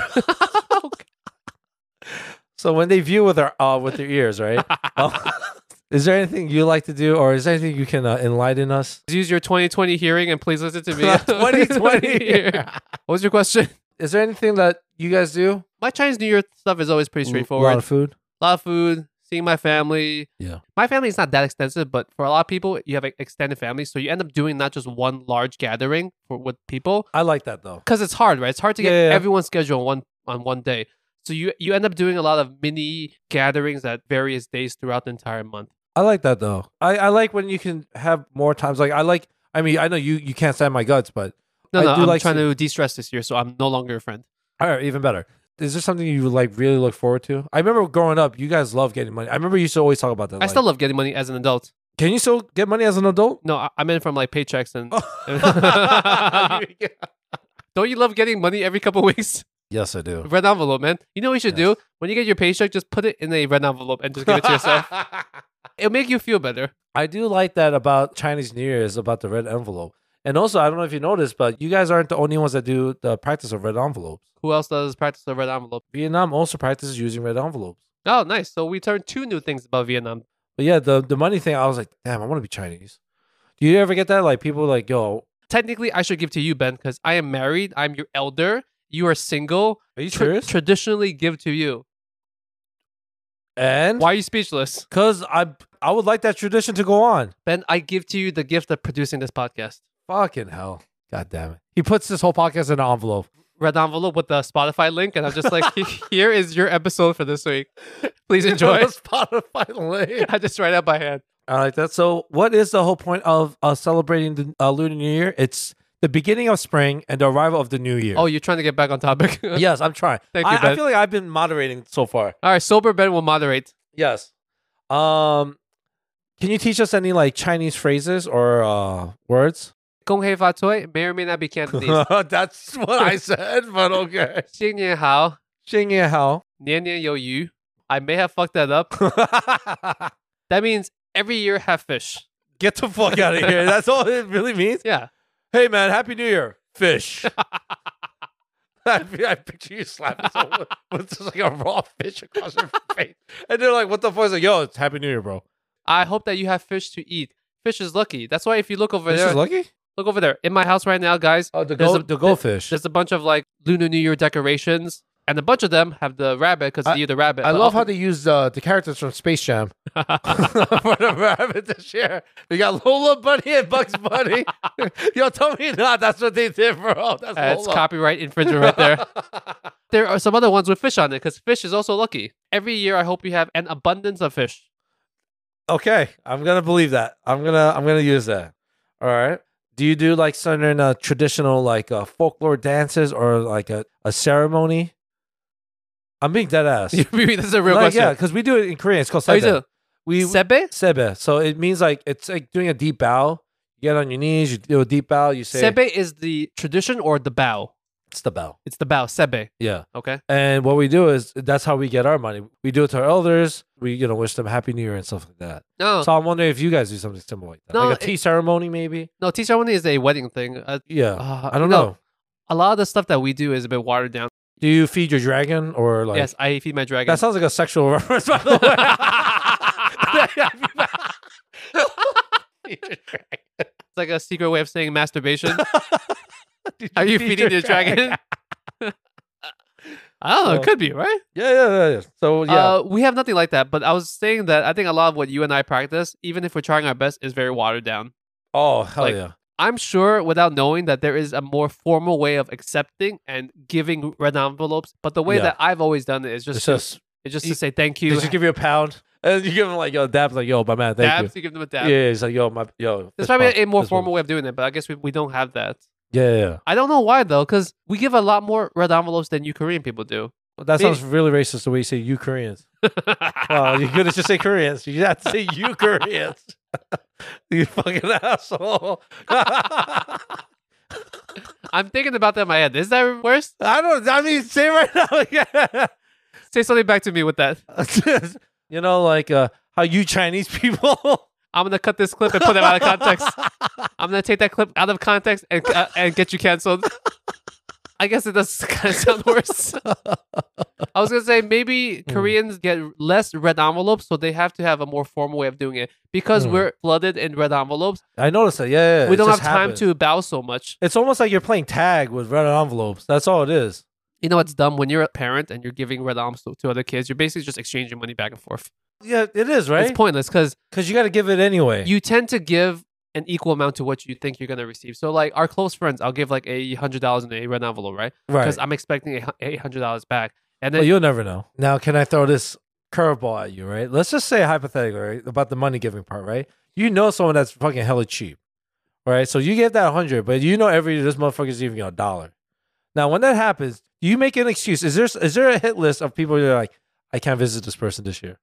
Speaker 2: So when they view with their uh, with their
Speaker 1: <laughs>
Speaker 2: ears, right? Um, <laughs> is there anything you like to do, or is there anything you can uh, enlighten us?
Speaker 1: Use your 2020 hearing and please listen
Speaker 2: <laughs>
Speaker 1: to me. <laughs>
Speaker 2: 2020
Speaker 1: What was your question?
Speaker 2: Is there anything that you guys do?
Speaker 1: My Chinese New Year stuff is always pretty straightforward.
Speaker 2: A lot of food.
Speaker 1: lot of food, seeing my family.
Speaker 2: Yeah.
Speaker 1: My family is not that extensive, but for a lot of people, you have like, extended families. So you end up doing not just one large gathering for, with people
Speaker 2: I like that though.
Speaker 1: because it's hard, right? It's hard to get
Speaker 2: Yeah, yeah.
Speaker 1: everyone's schedule on one, on one day. So you, you end up doing a lot of mini gatherings at various days throughout the entire month.
Speaker 2: I like that though. I, I like when you can have more times. Like I like. I mean, I know you you can't stand my guts, but
Speaker 1: No,
Speaker 2: I
Speaker 1: no,
Speaker 2: do
Speaker 1: I'm
Speaker 2: like
Speaker 1: trying to de stress this year, so I'm no longer a friend.
Speaker 2: all right, even better. Is there something you like really look forward to? I remember growing up, you guys love getting money. I remember you used to always talk about that.
Speaker 1: I
Speaker 2: like,
Speaker 1: still love getting money as an adult.
Speaker 2: can you still get money as an
Speaker 1: <laughs>
Speaker 2: adult? <laughs>
Speaker 1: No, I, I meant from like paychecks and. <laughs>
Speaker 2: yes,
Speaker 1: Don't you love getting money every couple weeks?
Speaker 2: I do.
Speaker 1: Red envelope, man. You know what you should
Speaker 2: Yes.
Speaker 1: do? When you get your paycheck, just put it in a red envelope and just give it to yourself. It'll make you feel better.
Speaker 2: <laughs> I do like that about Chinese New Year is about the red envelope. And also, I don't know if you noticed, but you guys aren't the only ones that do the practice of red envelopes.
Speaker 1: Who else does practice the red envelope?
Speaker 2: Vietnam also practices using red envelopes.
Speaker 1: Oh, nice. So we learned two new things about Vietnam.
Speaker 2: But yeah, the, the money thing, I was like, damn, I want to be Chinese. Do you ever get that? Like people like, yo,
Speaker 1: Technically, I should give to you, Ben, because I am married. I'm your elder. You are single.
Speaker 2: are you
Speaker 1: Tra-
Speaker 2: serious?
Speaker 1: traditionally give to you.
Speaker 2: and
Speaker 1: Why are you speechless?
Speaker 2: because I I would like that tradition to go on.
Speaker 1: Ben, I give to you the gift of producing this podcast.
Speaker 2: Fucking hell, god damn it! He puts this whole podcast in an envelope.
Speaker 1: Red envelope with the Spotify link, and I'm just like, <laughs> here is your episode for this week. Please <laughs>
Speaker 2: <laughs>
Speaker 1: enjoy.
Speaker 2: Spotify link.
Speaker 1: I just write out by hand.
Speaker 2: I like that. So, what is the whole point of uh, celebrating the uh, Lunar New Year? It's the beginning of spring and the arrival of the new year.
Speaker 1: Oh, you're trying to get back on topic. <laughs>
Speaker 2: yes, I'm trying.
Speaker 1: Thank you,
Speaker 2: I, I
Speaker 1: Ben.
Speaker 2: feel like I've been moderating so far.
Speaker 1: All right, sober Ben will moderate.
Speaker 2: Yes. Um, can you teach us any like Chinese phrases or uh, words?
Speaker 1: Kung hei fa toi may or may not be Cantonese.
Speaker 2: <laughs> That's what <laughs> I said, but okay.
Speaker 1: Xing nian hao,
Speaker 2: Xing ye hao.
Speaker 1: nian nian you yu. I may have fucked that up. That means every year have fish.
Speaker 2: <laughs> Get the fuck out of <laughs> here. That's all it really means.
Speaker 1: Yeah.
Speaker 2: Hey, man, Happy New Year. <laughs> Fish. I, I picture you slapping someone with just like a raw fish across your <laughs> face. And they're like, what the fuck? It's like, yo, it's Happy New Year, bro.
Speaker 1: I hope that you have fish to eat. Fish is lucky. That's why if you look over there,
Speaker 2: lucky?
Speaker 1: look over there. In my house right now, guys,
Speaker 2: Oh, the,
Speaker 1: There's
Speaker 2: gold,
Speaker 1: a-
Speaker 2: the goldfish.
Speaker 1: there's a bunch of like Lunar New Year decorations, and a bunch of them have the rabbit because
Speaker 2: I-
Speaker 1: you the rabbit.
Speaker 2: I
Speaker 1: but
Speaker 2: love how
Speaker 1: also-
Speaker 2: they use uh, the characters from Space Jam <laughs> for the rabbit this year. They got Lola Bunny and Bugs Bunny. <laughs> Yo, tell me not. That's what they did, bro. That's
Speaker 1: Uh, it's
Speaker 2: Lola.
Speaker 1: copyright infringement right
Speaker 2: <laughs>
Speaker 1: there. there are some other ones with fish on it because fish is also lucky. Every year, I hope you have an abundance of fish. <laughs>
Speaker 2: Okay, I'm gonna believe that. I'm gonna I'm gonna use that. All right. Do you do like certain uh, traditional like uh, folklore dances or like a, a ceremony? I'm being dead <laughs> ass.
Speaker 1: this is a real
Speaker 2: Like, Yeah,
Speaker 1: question.
Speaker 2: because we do it in Korean. It's called
Speaker 1: Oh, you
Speaker 2: sebe.
Speaker 1: do-
Speaker 2: we
Speaker 1: Sebe?
Speaker 2: sebe. So it means like it's like doing a deep bow. You get on your knees. You do a deep bow. You say
Speaker 1: Sebe is the tradition or the bow?
Speaker 2: it's the bow.
Speaker 1: It's the bow, sebe.
Speaker 2: Yeah.
Speaker 1: Okay.
Speaker 2: And what we do is that's how we get our money. We do it to our elders. We you know wish them happy new year and stuff like that.
Speaker 1: No,
Speaker 2: So I'm wondering if you guys do something similar like that,
Speaker 1: Oh. No,
Speaker 2: like a tea
Speaker 1: it-
Speaker 2: ceremony maybe.
Speaker 1: no, tea ceremony is a wedding thing. Uh,
Speaker 2: Yeah.
Speaker 1: uh,
Speaker 2: I don't
Speaker 1: you
Speaker 2: know.
Speaker 1: A lot of the stuff that we do is a bit watered down.
Speaker 2: Do you feed your dragon or like?
Speaker 1: yes, I feed my dragon. <laughs>
Speaker 2: That <laughs> sounds like a sexual reference, by the way.
Speaker 1: <laughs> it's like a secret way of saying masturbation. Are
Speaker 2: <laughs>
Speaker 1: you feeding the dragon? I don't know. It
Speaker 2: So-
Speaker 1: could be, right?
Speaker 2: Yeah, yeah, yeah, yeah. So yeah,
Speaker 1: Uh, we have nothing like that. But I was saying that I think a lot of what you and I practice, even if we're trying our best, is very watered down.
Speaker 2: Oh hell
Speaker 1: Like-
Speaker 2: yeah!
Speaker 1: I'm sure without knowing that there is a more formal way of accepting and giving red envelopes. But the way
Speaker 2: Yeah.
Speaker 1: that I've always done it is just,
Speaker 2: It's
Speaker 1: to,
Speaker 2: just
Speaker 1: it's just
Speaker 2: you-
Speaker 1: to say thank
Speaker 2: they
Speaker 1: you. <laughs>
Speaker 2: just give you a pound, <laughs> and you give him like yo dab, like yo my man, thank
Speaker 1: dabs, you. give them a
Speaker 2: you.
Speaker 1: dab.
Speaker 2: Yeah, it's like yo my yo.
Speaker 1: There's
Speaker 2: fist
Speaker 1: probably
Speaker 2: bump,
Speaker 1: a more
Speaker 2: fist bump.
Speaker 1: formal way of doing it, but I guess we, we don't have that.
Speaker 2: Yeah, yeah, yeah.
Speaker 1: I don't know why though, because we give a lot more red envelopes than you Korean people do. <laughs>
Speaker 2: Well, that
Speaker 1: See-
Speaker 2: sounds really racist the way you say you
Speaker 1: <laughs>
Speaker 2: Koreans. Well, you could have just say Koreans. You have to say you Koreans. <laughs> you fucking asshole. <laughs> I
Speaker 1: I'm thinking about that in my head. Is that worse?
Speaker 2: don't. I mean, say right now. Yeah.
Speaker 1: Say something back to me with that.
Speaker 2: <laughs> you know, like uh, how you Chinese people. <laughs>
Speaker 1: I'm gonna cut this clip and put it out of context. I'm gonna take that clip out of context and uh, and get you canceled. I guess it does <laughs> kind of sound worse. I was gonna say maybe
Speaker 2: Hmm.
Speaker 1: Koreans get less red envelopes, so they have to have a more formal way of doing it because
Speaker 2: Hmm.
Speaker 1: we're flooded in red envelopes.
Speaker 2: I noticed that. Yeah, yeah, yeah.
Speaker 1: we
Speaker 2: It
Speaker 1: don't have
Speaker 2: just
Speaker 1: time
Speaker 2: happens.
Speaker 1: to bow so much.
Speaker 2: It's almost like you're playing tag with red envelopes. That's all it is.
Speaker 1: You know what's dumb when you're a parent and you're giving red envelopes to, to other kids. You're basically just exchanging money back and forth.
Speaker 2: Yeah, it is right
Speaker 1: It's pointless because
Speaker 2: because you got to give it anyway.
Speaker 1: you tend to give an equal amount to what you think you're gonna receive. So like our close friends, I'll give like a hundred dollars in a red envelope, right?
Speaker 2: right?
Speaker 1: because I'm expecting a eight hundred dollars back. And
Speaker 2: Well,
Speaker 1: then
Speaker 2: you'll never know. Now, can I throw this curveball at you? Right? Let's just say hypothetically right, about the money giving part. Right? You know someone that's fucking hella cheap. Right? So you give that hundred, but you know every this motherfucker's even a dollar. Now, when that happens, do you make an excuse? Is there is there a hit list of people that are like, I can't visit this person this year?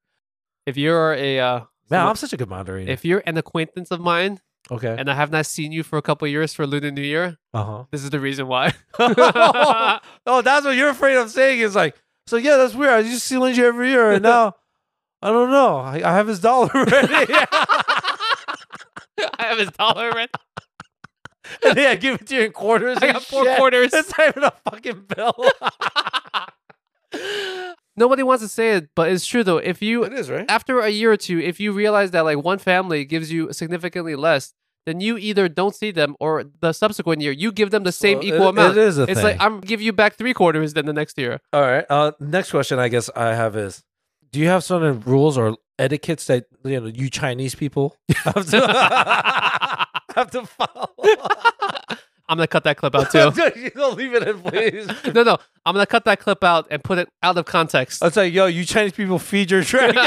Speaker 1: if you're a uh,
Speaker 2: Man,
Speaker 1: so
Speaker 2: I'm such a good moderator.
Speaker 1: if you're an acquaintance of mine
Speaker 2: okay.
Speaker 1: and I have not seen you for a couple of years for Lunar New Year,
Speaker 2: Uh <laughs> huh.
Speaker 1: this is the reason why. <laughs>
Speaker 2: oh, that's what you're afraid of saying. Is like, so yeah, that's weird. I just see Lindsay every year, and now I don't know. I, I have his dollar <laughs> already.
Speaker 1: I have his dollar
Speaker 2: <laughs>
Speaker 1: rent.
Speaker 2: and then I give it to you in quarters.
Speaker 1: I
Speaker 2: and
Speaker 1: got four
Speaker 2: shit.
Speaker 1: quarters.
Speaker 2: It's not even a fucking <laughs> bill.
Speaker 1: Nobody wants to say it, but it's true though. If you
Speaker 2: is right.
Speaker 1: after a year or two, if you realize that like one family gives you significantly less, then you either don't see them or the subsequent year you give them the same
Speaker 2: Well,
Speaker 1: equal
Speaker 2: it-
Speaker 1: amount.
Speaker 2: It is a
Speaker 1: it's
Speaker 2: thing.
Speaker 1: like I'm give you back three quarters then the next year.
Speaker 2: All right. Uh, next question, I guess I have is: Do you have certain rules or etiquettes that you know you Chinese people <laughs> have to, <laughs> have to <laughs> follow?
Speaker 1: I'm gonna cut that clip
Speaker 2: <laughs>
Speaker 1: out too.
Speaker 2: you don't leave it in, please.
Speaker 1: no, no. I'm gonna cut that clip out and put it out of context.
Speaker 2: <laughs> It's like, yo, you Chinese people feed your <laughs> dragon.
Speaker 1: <laughs>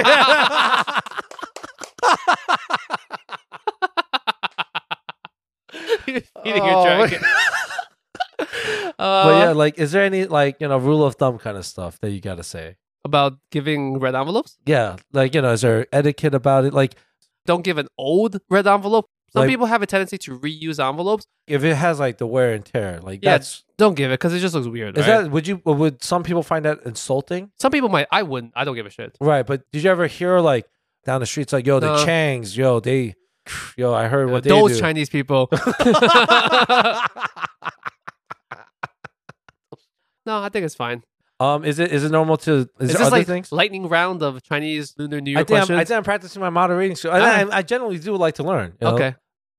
Speaker 1: Feeding
Speaker 2: Oh,
Speaker 1: your
Speaker 2: <laughs>
Speaker 1: dragon.
Speaker 2: but yeah,
Speaker 1: Uh,
Speaker 2: like, is there any like you know rule of thumb kind of stuff that you gotta say?
Speaker 1: About giving red envelopes.
Speaker 2: Yeah, like you know, is there etiquette about it? Like,
Speaker 1: Don't give an old red envelope. Some
Speaker 2: Like-
Speaker 1: people have a tendency to reuse envelopes.
Speaker 2: if it has like the wear and tear, like
Speaker 1: Yeah,
Speaker 2: that's
Speaker 1: Don't give it because it just looks weird.
Speaker 2: is
Speaker 1: right?
Speaker 2: that would you would some people find that insulting?
Speaker 1: Some people might. I wouldn't. I don't give a shit.
Speaker 2: Right, but did you ever hear like down the streets like yo the
Speaker 1: No.
Speaker 2: Changs, yo they, yo I heard what they
Speaker 1: Those
Speaker 2: do.
Speaker 1: Chinese
Speaker 2: <laughs>
Speaker 1: people. no, I think it's fine.
Speaker 2: um, is it is it normal to is,
Speaker 1: Is
Speaker 2: there
Speaker 1: this
Speaker 2: other
Speaker 1: like
Speaker 2: things?
Speaker 1: lightning round of Chinese Lunar New Year
Speaker 2: I think, I'm,
Speaker 1: questions?
Speaker 2: I think I'm practicing my moderating skill.
Speaker 1: All
Speaker 2: I,
Speaker 1: right.
Speaker 2: I, I generally do like to learn. you know?
Speaker 1: okay.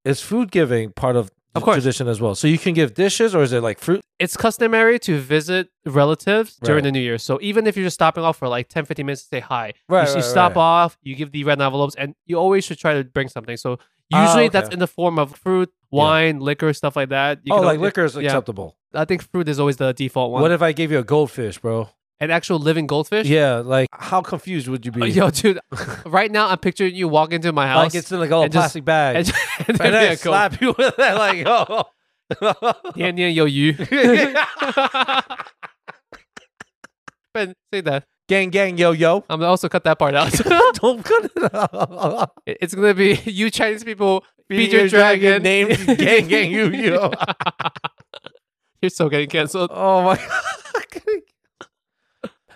Speaker 2: Is food giving part of the
Speaker 1: Of course.
Speaker 2: tradition as well? So you can give dishes, or is it like fruit?
Speaker 1: it's customary to visit relatives during
Speaker 2: Right.
Speaker 1: the new year. So even if you're just stopping off for like 10, 15 minutes to say hi,
Speaker 2: Right,
Speaker 1: you, you
Speaker 2: right,
Speaker 1: stop
Speaker 2: right.
Speaker 1: off, you give the red envelopes, and you always should try to bring something. So usually
Speaker 2: Ah,
Speaker 1: that's
Speaker 2: okay.
Speaker 1: in the form of fruit, wine, liquor, stuff like that. You
Speaker 2: oh,
Speaker 1: can al-
Speaker 2: like liquor is
Speaker 1: yeah.
Speaker 2: acceptable.
Speaker 1: I think fruit is always the default one.
Speaker 2: What if I gave you a goldfish, bro?
Speaker 1: An actual living goldfish?
Speaker 2: Yeah, like how confused would you be?
Speaker 1: Uh, <laughs> Yo, dude, right now I'm picturing you walk into my house <laughs>
Speaker 2: like it's in like a little
Speaker 1: and just-
Speaker 2: plastic bag,
Speaker 1: and,
Speaker 2: and,
Speaker 1: and
Speaker 2: then
Speaker 1: there
Speaker 2: I
Speaker 1: you go. <laughs>
Speaker 2: slap you with it, like <laughs> oh. <laughs>
Speaker 1: <laughs> Yan, yan, yo, you. Ben, say that.
Speaker 2: Gang, gang, yo, yo.
Speaker 1: I'm gonna also cut that part out.
Speaker 2: <laughs>
Speaker 1: <laughs>
Speaker 2: Don't cut it out.
Speaker 1: It- it's gonna be <laughs> you Chinese people
Speaker 2: Be
Speaker 1: Beat your
Speaker 2: your
Speaker 1: dragon. <laughs>
Speaker 2: dragon, <laughs> named Gang, gang, yo, yo.
Speaker 1: You're so getting canceled.
Speaker 2: <laughs> Oh my <laughs> god.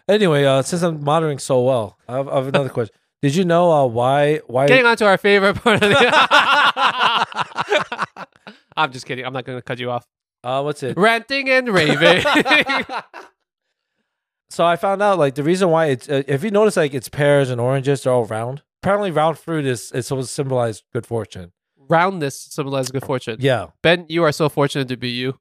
Speaker 2: anyway, uh, since I'm monitoring so well, I have, I have another question. Did you know uh, why why
Speaker 1: Getting on to our favorite part of
Speaker 2: <laughs>
Speaker 1: the. <laughs> I'm just kidding. I'm not gonna cut you off.
Speaker 2: uh, what's it?
Speaker 1: Ranting and
Speaker 2: <laughs>
Speaker 1: raving. <laughs>
Speaker 2: so I found out like the reason why it's uh, if you notice like it's pears and oranges they're all round. Apparently, round fruit is is supposed to symbolize good fortune.
Speaker 1: Roundness symbolizes good fortune.
Speaker 2: Yeah.
Speaker 1: Ben, you are so fortunate to be
Speaker 2: <laughs>
Speaker 1: you.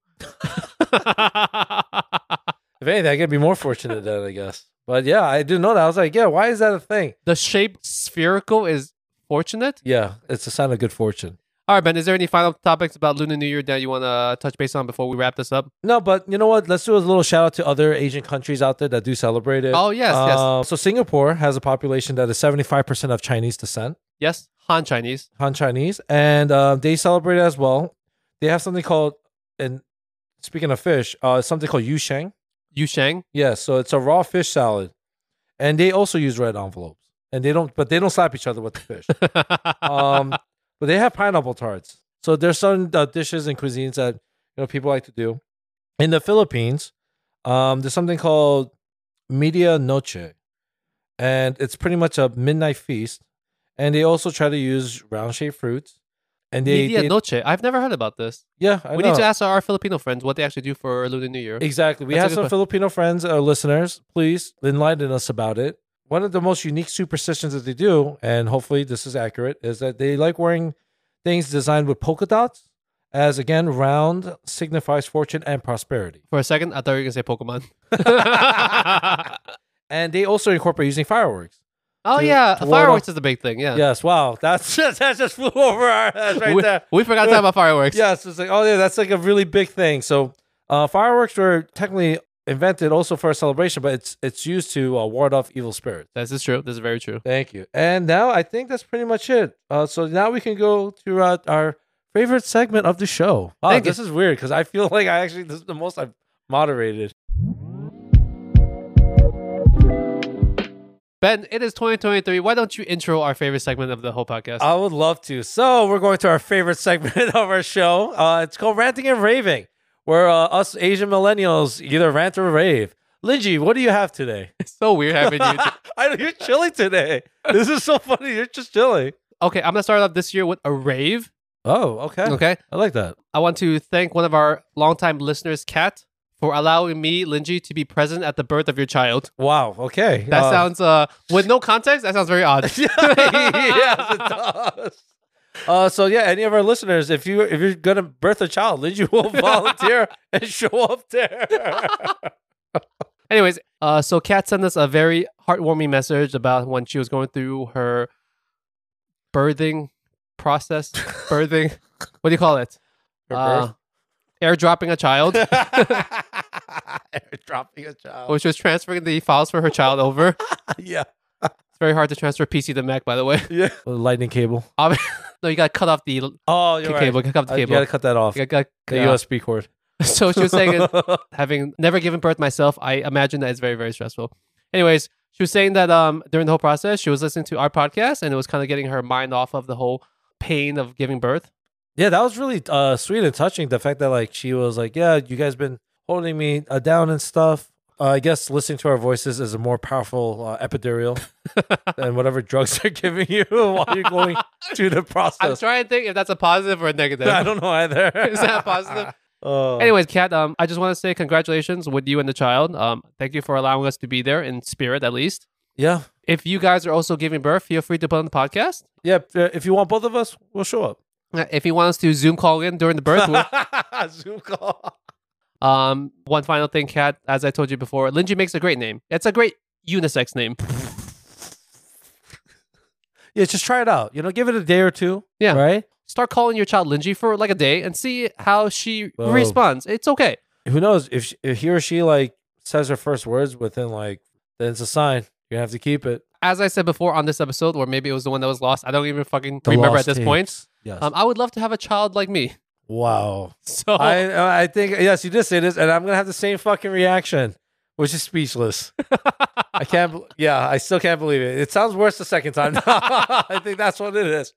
Speaker 2: If anything, I could be more fortunate than I guess. But yeah, I didn't know that. I was like, yeah, why is that a thing?
Speaker 1: the shape spherical is fortunate.
Speaker 2: Yeah, it's a sign of good fortune.
Speaker 1: All right, Ben. Is there any final topics about Lunar New Year that you want to touch base on before we wrap this up?
Speaker 2: No, but you know what? Let's do a little shout out to other Asian countries out there that do celebrate it.
Speaker 1: Oh yes, yes,
Speaker 2: Uh, so Singapore has a population that is 75% of Chinese descent,
Speaker 1: yes. Han Chinese.
Speaker 2: Han Chinese, and uh, they celebrate it as well. They have something called, and speaking of fish, uh, something called yusheng.
Speaker 1: Yu Sheng. <laughs>
Speaker 2: Yeah, so it's a raw fish salad, and they also use red envelopes, and they don't, but they don't slap each other with the fish. um, but they have pineapple tarts. So there's some uh, dishes and cuisines that you know people like to do. In the Philippines, um, there's something called media noche, and it's pretty much a midnight feast. And they also try to use round-shaped fruits. And they,
Speaker 1: Media
Speaker 2: they-
Speaker 1: Noche. I've never heard about this.
Speaker 2: yeah, I
Speaker 1: we
Speaker 2: know.
Speaker 1: need to ask our Filipino friends what they actually do for Lunar New Year.
Speaker 2: Exactly. We
Speaker 1: That's a
Speaker 2: have
Speaker 1: good
Speaker 2: some
Speaker 1: point.
Speaker 2: Filipino friends or listeners. Please enlighten us about it. One of the most unique superstitions that they do, and hopefully this is accurate, is that they like wearing things designed with polka dots, as again, round signifies fortune
Speaker 1: <laughs>
Speaker 2: and prosperity.
Speaker 1: For a second, I thought you were gonna say
Speaker 2: <laughs>
Speaker 1: Pokemon.
Speaker 2: And they also incorporate using fireworks.
Speaker 1: oh
Speaker 2: To-
Speaker 1: yeah,
Speaker 2: to ward
Speaker 1: fireworks is the big thing. Yeah,
Speaker 2: Yes. Wow. That's <laughs> that just flew over our heads right
Speaker 1: we,
Speaker 2: there.
Speaker 1: we forgot to talk about fireworks.
Speaker 2: Yes, it's like, oh <laughs> yeah, that's like a really big thing. So uh, fireworks were technically invented also for a celebration, but it's it's used to uh, ward off evil spirits.
Speaker 1: this is true. This is very true.
Speaker 2: Thank you. And now I think that's pretty much it. Uh, so now we can go to uh, our favorite segment of the show. Wow,
Speaker 1: Thank you.
Speaker 2: this is weird because I feel <laughs> like I actually this is the most I've moderated.
Speaker 1: Ben, it is 2023. Why don't you intro our favorite segment of the whole podcast?
Speaker 2: I would love to. So we're going to our favorite <laughs> segment of our show. Uh, it's called ranting and raving, where uh, us Asian millennials either rant or rave. Linji, what do you have today?
Speaker 1: it's <laughs> so weird having you.
Speaker 2: <laughs> I, you're chilling today. This is so funny. You're just chilling.
Speaker 1: <laughs> okay, I'm gonna start off this year with a rave.
Speaker 2: Oh, okay.
Speaker 1: Okay,
Speaker 2: I like that.
Speaker 1: I want to thank one of our longtime listeners, Kat, for allowing me, Linji, to be present at the birth of your child.
Speaker 2: Wow. Okay.
Speaker 1: That
Speaker 2: Uh,
Speaker 1: sounds, uh, with no context, that sounds very <laughs> odd.
Speaker 2: <laughs> yes, it does. Uh, so yeah, any of our listeners, if you if you're gonna birth a child, Lindsay
Speaker 1: <laughs>
Speaker 2: will volunteer and show up there.
Speaker 1: Anyways, uh, so Kat sent us a very heartwarming message about when she was going through her birthing <laughs> process. birthing, what do you call it?
Speaker 2: <laughs>
Speaker 1: Uh, airdropping a <laughs> child,
Speaker 2: Uh. dropping a child.
Speaker 1: which was transferring the files for her child over. It's
Speaker 2: Oh, Yeah,
Speaker 1: very hard to transfer PC to Mac, by the way. <laughs>
Speaker 2: yeah. lightning cable.
Speaker 1: Ob- <laughs> no, you got to cut off the l-
Speaker 2: Oh, you're
Speaker 1: cable.
Speaker 2: right.
Speaker 1: Cut off the
Speaker 2: Uh, you
Speaker 1: cable.
Speaker 2: gotta cut that off.
Speaker 1: You gotta
Speaker 2: the
Speaker 1: cut off. <laughs>
Speaker 2: USB cord. <laughs>
Speaker 1: So she was saying, is, having never given birth myself, I imagine that it's very, very stressful. Anyways, she was saying that um during the whole process, she was listening to our podcast and it was kind of getting her mind off of the whole pain of giving birth.
Speaker 2: yeah, that was really uh, sweet and touching. The fact that like she was like, yeah, you guys been holding me uh, down and stuff. Uh, I guess listening to our voices is a more powerful uh,
Speaker 1: <laughs>
Speaker 2: epidural than whatever drugs they're giving you <laughs> while you're
Speaker 1: <laughs>
Speaker 2: going through the
Speaker 1: I'm
Speaker 2: process.
Speaker 1: trying to think if that's a positive or a negative.
Speaker 2: <laughs>
Speaker 1: <laughs>
Speaker 2: I don't know either.
Speaker 1: Is that positive?
Speaker 2: <laughs> Oh.
Speaker 1: Anyways, Kat, um, I just want to say congratulations with you and the child. Um, thank you for allowing us to be there in spirit, at least.
Speaker 2: yeah,
Speaker 1: If you guys are also giving birth, feel free to put on the podcast.
Speaker 2: yeah. if- uh, If you want both of us, we'll show up.
Speaker 1: Uh, If you want us to Zoom call in during the birth,
Speaker 2: <laughs>
Speaker 1: we'll-
Speaker 2: Zoom call.
Speaker 1: Um, one final thing, Kat, as I told you before, Linji makes a great name. It's a great unisex name.
Speaker 2: Yeah, just try it out. You know, give it a day or two.
Speaker 1: Yeah.
Speaker 2: right.
Speaker 1: Start calling your child Linji for like a day and see how she
Speaker 2: Whoa.
Speaker 1: responds. It's okay.
Speaker 2: Who knows if, she, if he or she like says her first words within like then it's a sign. You're gonna have to keep it.
Speaker 1: As I said before on this episode, or maybe it was the one that was lost, I don't even fucking
Speaker 2: The
Speaker 1: remember at
Speaker 2: lost
Speaker 1: this point.
Speaker 2: tapes. Yes.
Speaker 1: Um, I would love to have a child like me. <laughs>
Speaker 2: wow.
Speaker 1: So Oh.
Speaker 2: I I think yes, you did say this, and I'm gonna have the same fucking reaction. was just speechless. I can't. bel- Yeah, I still can't believe it. It sounds worse the second time. <laughs> I think that's what it is.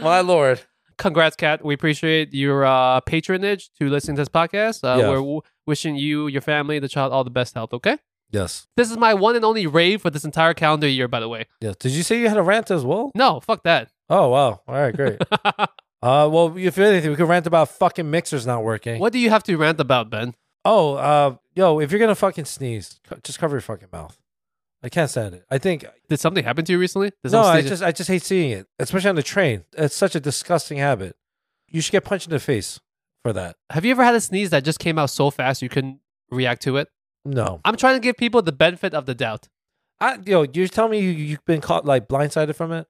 Speaker 2: My lord.
Speaker 1: Congrats, Kat. We appreciate your uh, patronage to listening to this podcast. Uh,
Speaker 2: Yeah.
Speaker 1: We're w- wishing you, your family, the child all the best health, okay?
Speaker 2: Yes.
Speaker 1: This is my one and only rave for this entire calendar year, by the way.
Speaker 2: Yes. Did you say you had a rant as well?
Speaker 1: No, fuck that.
Speaker 2: Oh wow. All right.
Speaker 1: <laughs>
Speaker 2: Great. uh. Well, if anything, we could rant about fucking mixers not working.
Speaker 1: What do you have to rant about, Ben?
Speaker 2: Oh, uh, yo, if you're gonna fucking sneeze, co- just cover your fucking mouth. I can't stand it. I think
Speaker 1: Did something happen to you recently? Did
Speaker 2: no,
Speaker 1: some
Speaker 2: I
Speaker 1: sneeze-
Speaker 2: just I just hate seeing it, especially on the train. It's such a disgusting habit. You should get punched in the face for that.
Speaker 1: Have you ever had a sneeze that just came out so fast you couldn't react to it?
Speaker 2: No,
Speaker 1: I'm trying to give people the benefit of the doubt.
Speaker 2: I yo, you're telling me you, you've been caught like blindsided from it.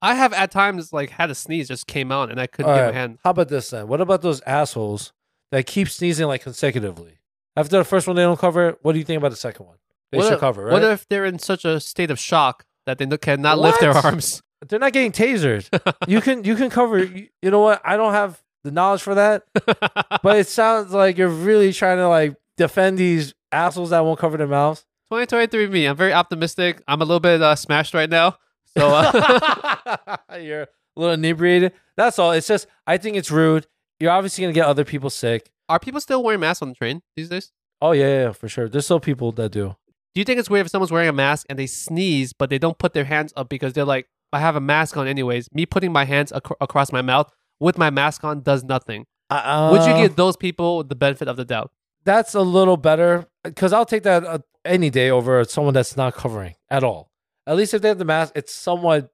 Speaker 1: I have at times like had a sneeze just came out and I couldn't
Speaker 2: All
Speaker 1: give
Speaker 2: right,
Speaker 1: a hand.
Speaker 2: How about this then? What about those assholes that keep sneezing like consecutively? After the first one, they don't cover. it. What do you think about the second one? They
Speaker 1: What
Speaker 2: should
Speaker 1: if-
Speaker 2: cover, right?
Speaker 1: What if they're in such a state of shock that they no- cannot lift their
Speaker 2: What?
Speaker 1: arms? <laughs>
Speaker 2: They're not getting tasered. you can you can cover. You, you know what? I don't have the knowledge
Speaker 1: <laughs>
Speaker 2: for that. but it sounds like you're really trying to like defend these assholes that won't cover their mouths.
Speaker 1: 2023 me. I'm very optimistic. I'm a little bit uh, smashed right now. So
Speaker 2: <laughs>
Speaker 1: uh,
Speaker 2: you're a little inebriated. That's all. It's just I think it's rude. You're obviously gonna get other people sick.
Speaker 1: are people still wearing masks on the train these days?
Speaker 2: Oh yeah, yeah, yeah, for sure. There's still people that do.
Speaker 1: Do you think it's weird if someone's wearing a mask and they sneeze, but they don't put their hands up because they're like, I have a mask on anyways. Me putting my hands ac- across my mouth with my mask on does nothing.
Speaker 2: Uh,
Speaker 1: Would you give those people the benefit of the doubt?
Speaker 2: That's a little better because I'll take that uh, any day over someone that's not covering at all. At least if they have the mask, it's somewhat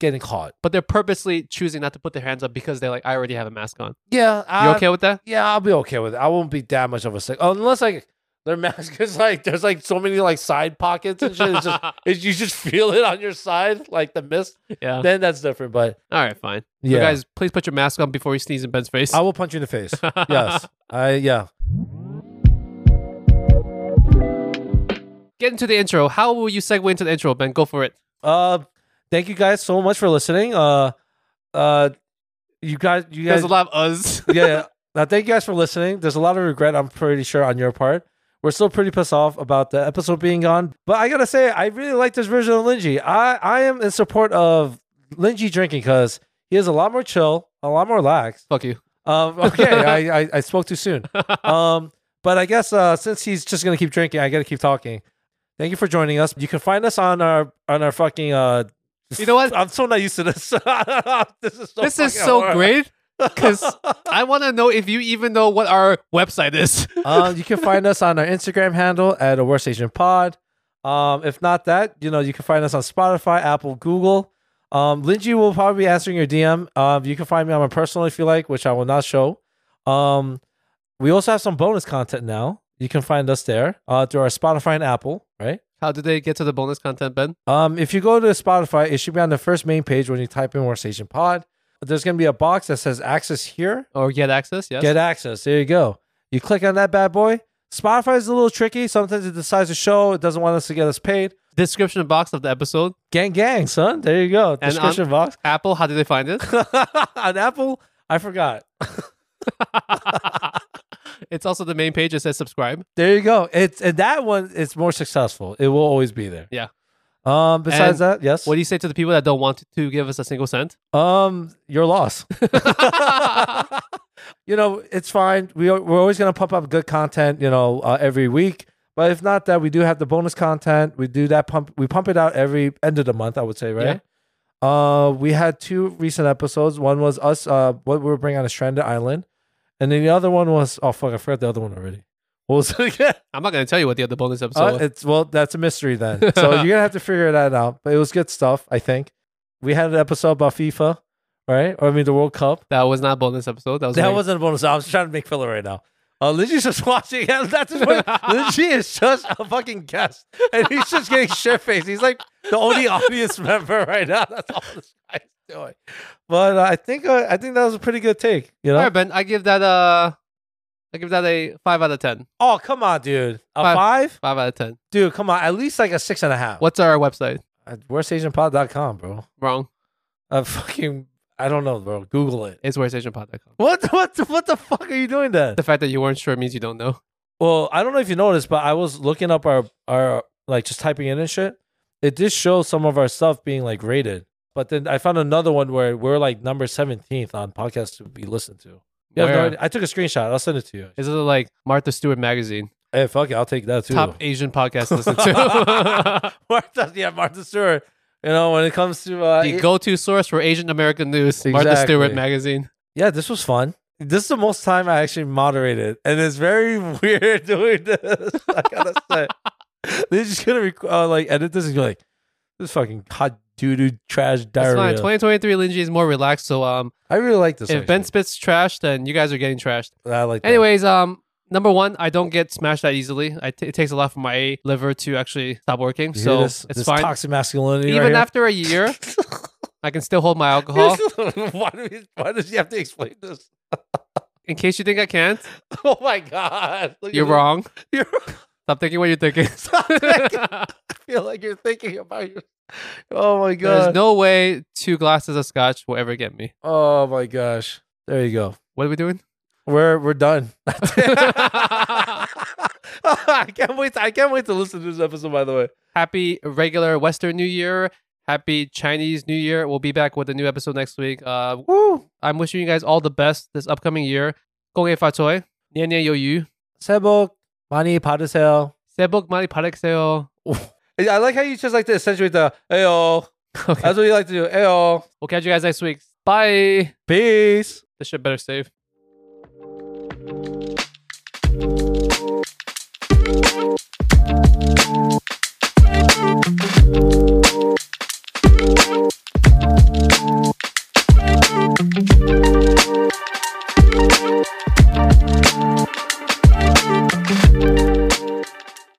Speaker 2: getting caught.
Speaker 1: But they're purposely choosing not to put their hands up because they're like, I already have a mask on.
Speaker 2: Yeah,
Speaker 1: You okay with that?
Speaker 2: Yeah, I'll be okay with it. I won't be that much of a sick unless like their <laughs> mask is like there's like so many like side pockets and shit. It's just it's, you just <laughs> feel it on your side, like the mist.
Speaker 1: yeah.
Speaker 2: Then that's different. But
Speaker 1: <laughs> All right, fine.
Speaker 2: yeah,
Speaker 1: So guys, please put your mask on before you sneeze in Ben's face. <laughs>
Speaker 2: I will punch you in the face. yes, I yeah.
Speaker 1: Get into the intro. How will you segue into the intro, Ben? Go for it.
Speaker 2: Uh, thank you guys so much for listening. Uh, uh, you guys, you guys,
Speaker 1: There's a lot of us.
Speaker 2: yeah, yeah. Now, thank you guys for listening. There's a lot of regret, I'm pretty sure, on your part. We're still pretty pissed off about the episode being gone. But I gotta say, I really like this version of Linji. I, I am in support of Linji drinking because he is a lot more chill, a lot more lax.
Speaker 1: <laughs> Fuck you. <laughs>
Speaker 2: Um, okay, I, I, I spoke too soon. Um, but I guess uh, since he's just gonna keep drinking, I gotta keep talking. Thank you for joining us. You can find us on our on our
Speaker 1: <laughs>
Speaker 2: fucking uh
Speaker 1: You know what?
Speaker 2: I'm so not used to this. <laughs> this is so
Speaker 1: this is
Speaker 2: fucking
Speaker 1: so
Speaker 2: hard.
Speaker 1: great because I want to know if you even know what our website is.
Speaker 2: um, you can find us on our Instagram handle at a Worst Asian Pod. Um, if not that, you know, you can find us on Spotify, Apple, Google. Um, Linji will probably be answering your DM. Um, you can find me on my personal if you like, which I will not show. Um, we also have some bonus content now. You can find us there uh, through our Spotify and Apple, right?
Speaker 1: How did they get to the bonus content, Ben?
Speaker 2: Um, if you go to Spotify, it should be on the first main page when you type in Worst Asian Pod. There's going to be a box that says access here.
Speaker 1: Or get access? Yes.
Speaker 2: Get access. There you go. You click on that bad boy. Spotify is a little tricky. Sometimes it decides to show. It doesn't want us to get us paid.
Speaker 1: Description box of the episode.
Speaker 2: Gang, gang, son. There you go.
Speaker 1: And on-
Speaker 2: Description box. <laughs>
Speaker 1: Apple, how did they find <laughs> it?
Speaker 2: on Apple, I forgot.
Speaker 1: it's also the main page. It says subscribe.
Speaker 2: There you go. It's and that one. It's more successful. It will always be there.
Speaker 1: Yeah.
Speaker 2: Um. Besides that, yes.
Speaker 1: What do you say to the people that don't want to give us a single cent?
Speaker 2: um. Your loss. <laughs> you know, it's fine. We are, we're always going to pump up good content, you know, uh, every week. But if not that, we do have the bonus content. We do that pump. We pump it out every end of the month, I would say, right? Uh, we had two recent episodes. One was us, uh, what we were bringing on a stranded island, and then the other one was oh fuck, I forgot the other one already. What was it again?
Speaker 1: I'm not going to tell you what the other bonus episode
Speaker 2: Uh,
Speaker 1: was.
Speaker 2: it's well, that's a mystery <laughs> then. So you're gonna have to figure that out. But it was good stuff, I think. We had an episode about FIFA, right? Or I mean, the World Cup.
Speaker 1: That was not bonus episode. That was
Speaker 2: That
Speaker 1: like-
Speaker 2: wasn't a bonus. I was trying to make filler right now. Uh, Lindsay's just <laughs> watching. That's just what, <laughs> Lindsay is just a fucking guest, and he's just <laughs> getting shit faced. He's like the <laughs> only audience member right now. That's all this guy's doing. But uh, I think uh, I think that was a pretty good take. You know?
Speaker 1: All right, Ben. I give that a, I give that a five out of ten.
Speaker 2: Oh come on, dude. A
Speaker 1: Five.
Speaker 2: five.
Speaker 1: Five out of ten.
Speaker 2: dude. Come on, at least like a six and a half.
Speaker 1: What's our website?
Speaker 2: At worstasianpod.com, bro.
Speaker 1: Wrong.
Speaker 2: Uh, fucking, I don't know, bro. Google it.
Speaker 1: It's worstationpod.com.
Speaker 2: <laughs> What what what the fuck are you doing? Then
Speaker 1: The fact that you weren't sure means you don't know.
Speaker 2: Well, I don't know if you noticed, but I was looking up our our like just typing in and shit. It did show some of our stuff being like rated, but then I found another one where we're like number seventeenth on podcasts to be listened to. You have no
Speaker 1: Where-
Speaker 2: idea. I took a screenshot. I'll send it to you.
Speaker 1: Is it like Martha Stewart magazine?
Speaker 2: Hey, fuck it. I'll take that too. Uh,
Speaker 1: Top <laughs> Asian podcast to listen to.
Speaker 2: <laughs> Martha, yeah, Martha Stewart. You know, when it comes to
Speaker 1: <laughs>
Speaker 2: uh,
Speaker 1: the go-to source for Asian American news, Martha Stewart
Speaker 2: Exactly.
Speaker 1: magazine.
Speaker 2: yeah, this was fun. This is the most time I actually moderated, and it's very <laughs> weird doing this. I gotta
Speaker 1: <laughs>
Speaker 2: say, they're just gonna rec- uh, like edit this and be like, this fucking hot doo doo trash
Speaker 1: That's fine.
Speaker 2: diarrhea.
Speaker 1: 2023 Linji is more relaxed, so um,
Speaker 2: I really like this.
Speaker 1: if Ben
Speaker 2: actually.
Speaker 1: spits trash, then you guys are getting trashed.
Speaker 2: I like. that.
Speaker 1: Anyways, um, number one, I don't get smashed that easily. I t- it takes a lot for my liver to actually stop working,
Speaker 2: You hear
Speaker 1: so
Speaker 2: this,
Speaker 1: it's
Speaker 2: this
Speaker 1: fine.
Speaker 2: Toxic masculinity.
Speaker 1: Even
Speaker 2: right
Speaker 1: after a year, I can still
Speaker 2: <laughs>
Speaker 1: hold my alcohol.
Speaker 2: here. <laughs> why, do we, why does he have to explain this? <laughs>
Speaker 1: In case you think I can't,
Speaker 2: Oh my god, Look at
Speaker 1: you're
Speaker 2: this.
Speaker 1: wrong.
Speaker 2: <laughs> You're Oh
Speaker 1: Stop thinking what you're
Speaker 2: <laughs>
Speaker 1: thinking.
Speaker 2: feel like you're thinking about your. Oh my
Speaker 1: There's
Speaker 2: god.
Speaker 1: no way two glasses of scotch will ever get me.
Speaker 2: oh my gosh. There you go.
Speaker 1: What are we doing?
Speaker 2: We're we're done. <laughs> I can't wait. I can't wait to listen to this episode. By the way,
Speaker 1: Happy regular Western New Year. Happy Chinese New Year. We'll be back with a new episode next week. Uh,
Speaker 2: woo!
Speaker 1: I'm wishing you guys all the best this upcoming year. 恭喜发财，年年有余。
Speaker 2: Sebok, money, padasel.
Speaker 1: 새해 복 많이 받으세요.
Speaker 2: I like how you just like to accentuate the ayo.
Speaker 1: <laughs> Okay.
Speaker 2: That's what you like to do. Ayo.
Speaker 1: We'll catch you guys next week. Bye.
Speaker 2: Peace.
Speaker 1: This shit better save.